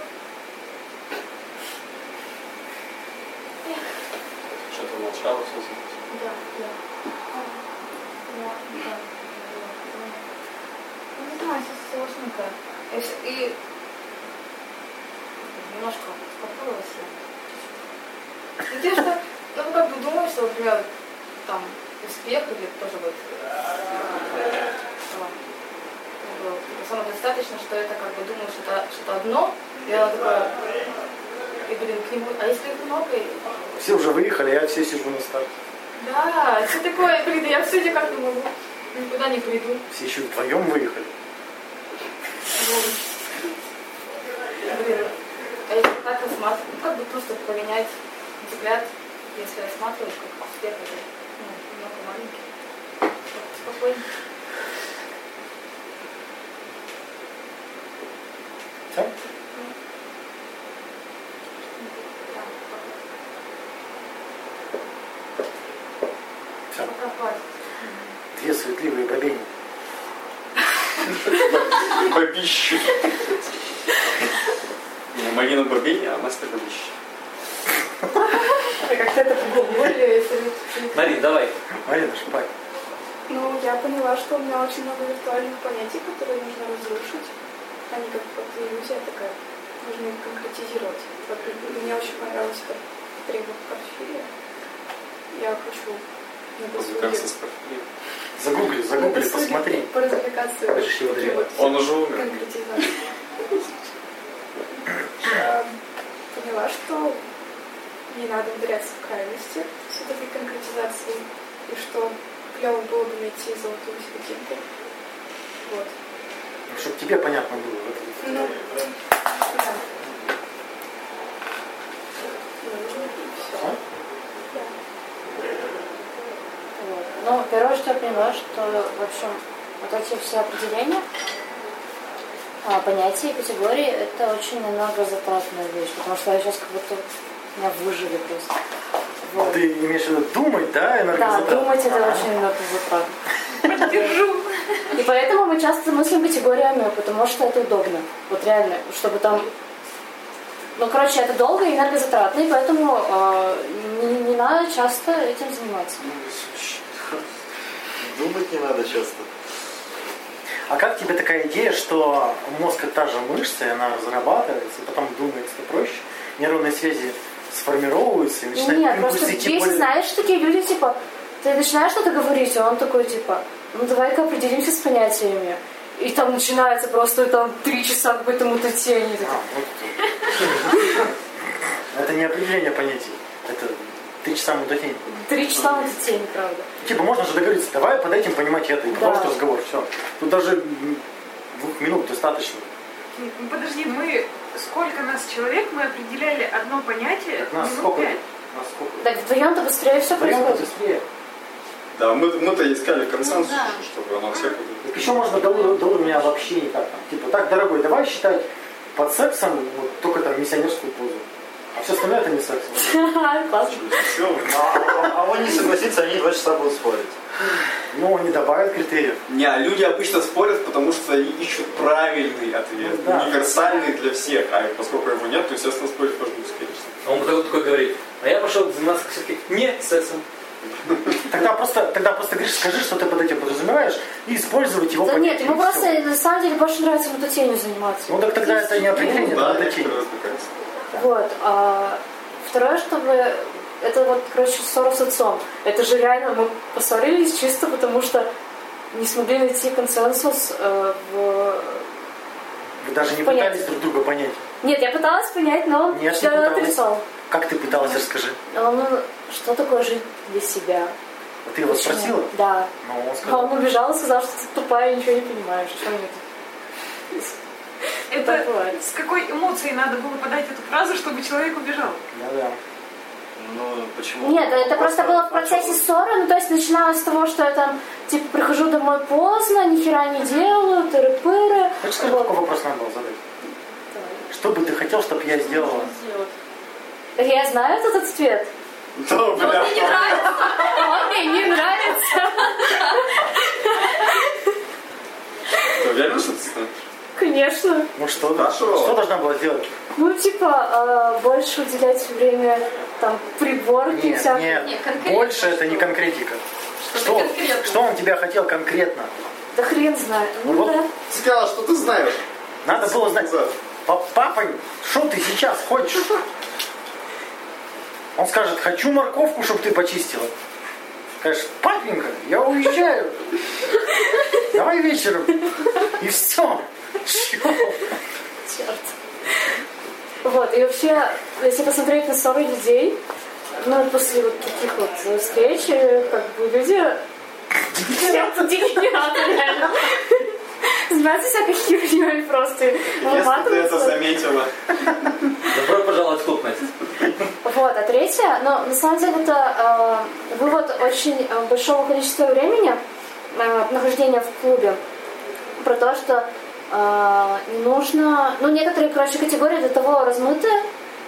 C: Что-то молчало всё
G: да,
C: это.
G: да. А, да, да, да. Не знаю, сейчас сложненько. Я ж- И немножко успокоилась я. Ну, те, что, ну, как бы думаю, что, например, там, успех или тоже вот... э, ну, как бы, Самое достаточно, что это как бы думаю, что это что-то одно, и она такая, и блин, к нему, а если их много, и...
A: все уже выехали, я все сижу на старте.
G: Да, что такое, блин, я все никак не могу, никуда не приду.
A: Все еще вдвоем выехали.
G: Блин, а если так рассматривать, ну, как бы просто поменять взгляд, если рассматривать, как успех, это, ну, немного маленький. Как-то Спокойно.
A: Всё?
G: а
A: Всё. Две суетливые бобени.
C: Бабища. Не, Марина Бабинь, а мастер Бабища.
G: Как-то это более
D: Марин, давай.
A: Марина, шпай.
I: Ну, я поняла, что у меня очень много виртуальных понятий, которые нужно разрушить. Они как вот иллюзия такая. Нужно их конкретизировать. Вот мне очень понравилось как требование Порфирия. Я хочу
C: Развлекаться с профилем.
B: Ну,
A: Загугли, загугли, Ну, посмотри.
I: поразвлекаться.
A: Хочешь его
I: Такие вот
C: Он уже умер.
I: конкретизации. Я А, Поняла, что не надо ударяться в крайности все-таки конкретизации, и что клево было бы найти золотую серединку. Вот.
A: Чтобы Ну, тебе понятно было. вот.
I: Ну, да. Ну, и всё.
A: А?
B: Вот. Ну, первое, что я поняла, что, в общем, вот эти все определения, а, понятия и категории, это очень немного затратная вещь, потому что я сейчас как будто меня выжили просто. Вот.
A: А Ты имеешь в виду думать, да,
B: Да,
A: энергозатрат?
B: думать это
A: Ага.
B: очень много затратно. И поэтому мы часто мыслим категориями, потому что это удобно. Вот реально, чтобы там... Ну, короче, это долго и энергозатратно, и поэтому э, не, не надо часто этим заниматься.
F: Думать не надо часто.
A: А как тебе такая идея, что мозг это та же мышца, и она разрабатывается, потом думается проще, нейронные связи сформировываются и начинают
B: Ну Нет,
A: импульсы
B: просто
A: идти
B: есть,
A: более-
B: знаешь, такие люди, типа, ты начинаешь что-то говорить, а он такой, типа, ну давай-ка определимся с понятиями. И там начинается просто там три часа по этому то тени.
A: А, Это не определение понятий. Это ты часа мудотень.
B: Три часа вот эта тень, правда.
A: Типа можно же договориться, давай под этим понимать это, и
B: Да.
A: продолжить разговор, все. Тут даже м, двух минут достаточно.
H: Ну, Подожди, мы сколько нас человек, мы определяли одно понятие
A: Так нас
B: Ну,
H: минут
A: сколько?
H: пять.
A: Нас сколько?
B: Так вдвоем-то быстрее все
A: Варианты
B: происходит.
A: быстрее.
C: Да, мы, мы-то искали консенсус,
B: Ну, да.
C: чтобы оно все было.
A: Так еще можно до, ур- до уровня вообще никак. там. Типа, так, дорогой, давай считать под сексом вот, только там миссионерскую позу. А все остальное это не секс.
B: Классно.
F: А он не согласится, они два часа будут спорить.
A: Но не добавят критериев.
C: Не, а люди обычно спорят, потому что и- ищут правильный ответ,
A: Ну да.
C: универсальный для всех, а поскольку его нет, то, естественно, спорить можно бесконечно.
D: А он такой, такой говорит, а я пошел заниматься все-таки не сексом.
A: Тогда просто, тогда просто говоришь, скажи, что ты под этим подразумеваешь, и использовать его
B: Да
A: понятие,
B: нет, ему
A: и всё.
B: просто на самом деле больше нравится вот этой тенью заниматься.
A: Ну так тогда это не определение,
C: Ну Да,
A: это
C: некоторые
A: мудотень.
C: развлекаются.
B: Вот. а второе, чтобы... Это вот, короче, ссора с отцом. Это же реально мы поссорились чисто потому, что не смогли найти консенсус э, в...
A: Вы даже не
B: Понятно.
A: пытались друг друга понять.
B: Нет, я пыталась понять, но он
A: Нет, не
B: всё
A: пыталась.
B: отрицал.
A: Как ты пыталась, расскажи.
B: Он, ну, что такое жить для себя?
A: Ты его
B: Почему?
A: спросила?
B: Да.
A: Ну, он
B: А
A: сказал.
B: он убежал и сказал, что ты тупая, ничего не понимаешь. Что нет? Так
H: Это
B: бывает.
H: с какой эмоцией надо было подать эту фразу, чтобы человек убежал?
A: Да-да.
F: Ну, почему?
B: Нет, это просто было в процессе ссоры, ну то есть начиналось с того, что я там, типа, прихожу домой поздно, ни хера не делаю, тыры-пыры.
A: Хочешь сказать, какой вопрос надо было задать? Что бы ты хотел, чтобы я сделала?
B: Я знаю этот ответ. Ну,
C: Да, бля,
B: Он мне не нравится.
C: ты уверен, что ты знаешь?
B: Конечно.
A: Ну что,
C: Хорошо.
A: что должна была сделать?
B: Ну, типа, э, больше уделять время там приборке и
A: Нет,
B: всякой.
A: нет,
K: Нет, конкретно
A: больше это
K: что?
A: не конкретика.
K: Что
A: Что,
K: конкретно?
A: что он тебя хотел конкретно?
B: Да хрен знает. Ну,
A: Вот.
B: да.
C: Ты сказала, что ты знаешь.
A: Надо было знать,
C: Да.
A: «Па- папа, что ты сейчас хочешь? Он скажет, хочу морковку, чтобы ты почистила. Скажешь, папенька, я уезжаю. Давай вечером. И все.
B: Черт. Вот, и вообще, если посмотреть на ссоры людей, ну, после вот таких вот встреч, э, как бы люди... Все дегенераты, реально. Знаете, всякой херней просто
C: Если ты это
B: выматываются.
C: заметила.
D: Добро пожаловать в клуб, Настя.
B: Вот, а третье, но на самом деле это э, вывод очень э, большого количества времени э, нахождения в клубе про то, что э, не нужно, ну некоторые, короче, категории до того размыты,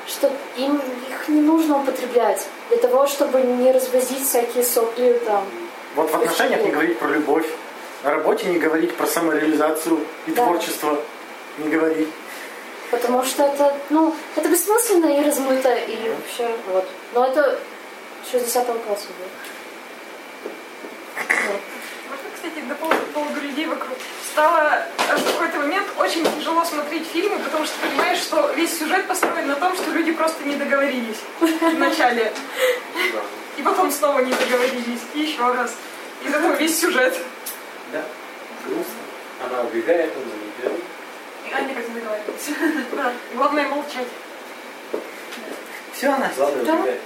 B: что им их не нужно употреблять для того, чтобы не развозить всякие сопли там.
A: Вот в отношениях не говорить про любовь. На работе не говорить про самореализацию и
B: Да.
A: творчество. Не говорить.
B: Потому что это, ну, это бессмысленно и размыто, и вообще, вот. Но это еще с 10 класса было.
H: Можно, кстати, до поводу, по поводу людей вокруг. Стало э, в какой-то момент очень тяжело смотреть фильмы, потому что понимаешь, что весь сюжет построен на том, что люди просто не договорились вначале. И потом снова не договорились. И еще раз. Из этого весь сюжет.
D: Да. Грустно. Она убегает, он за ней берет.
H: И они как не договорились. Да. Главное молчать.
A: Все, Настя.
D: Главное убегает.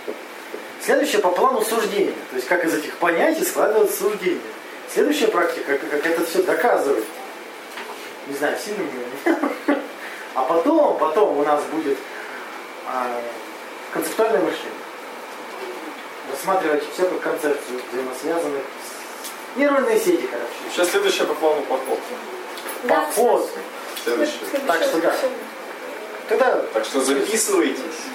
A: Следующее по плану суждения. То есть как из этих понятий складывается суждение. Следующая практика, как, как это все доказывать. Не знаю, сильно мы. А потом, потом у нас будет а, концептуальное мышление. Рассматривать все как концепцию взаимосвязанных с- нейронные сети, короче.
C: Сейчас следующее по плану поход.
B: Да,
A: Поход.
C: Следующее.
A: Так что да. Тогда
C: Так что записывайтесь.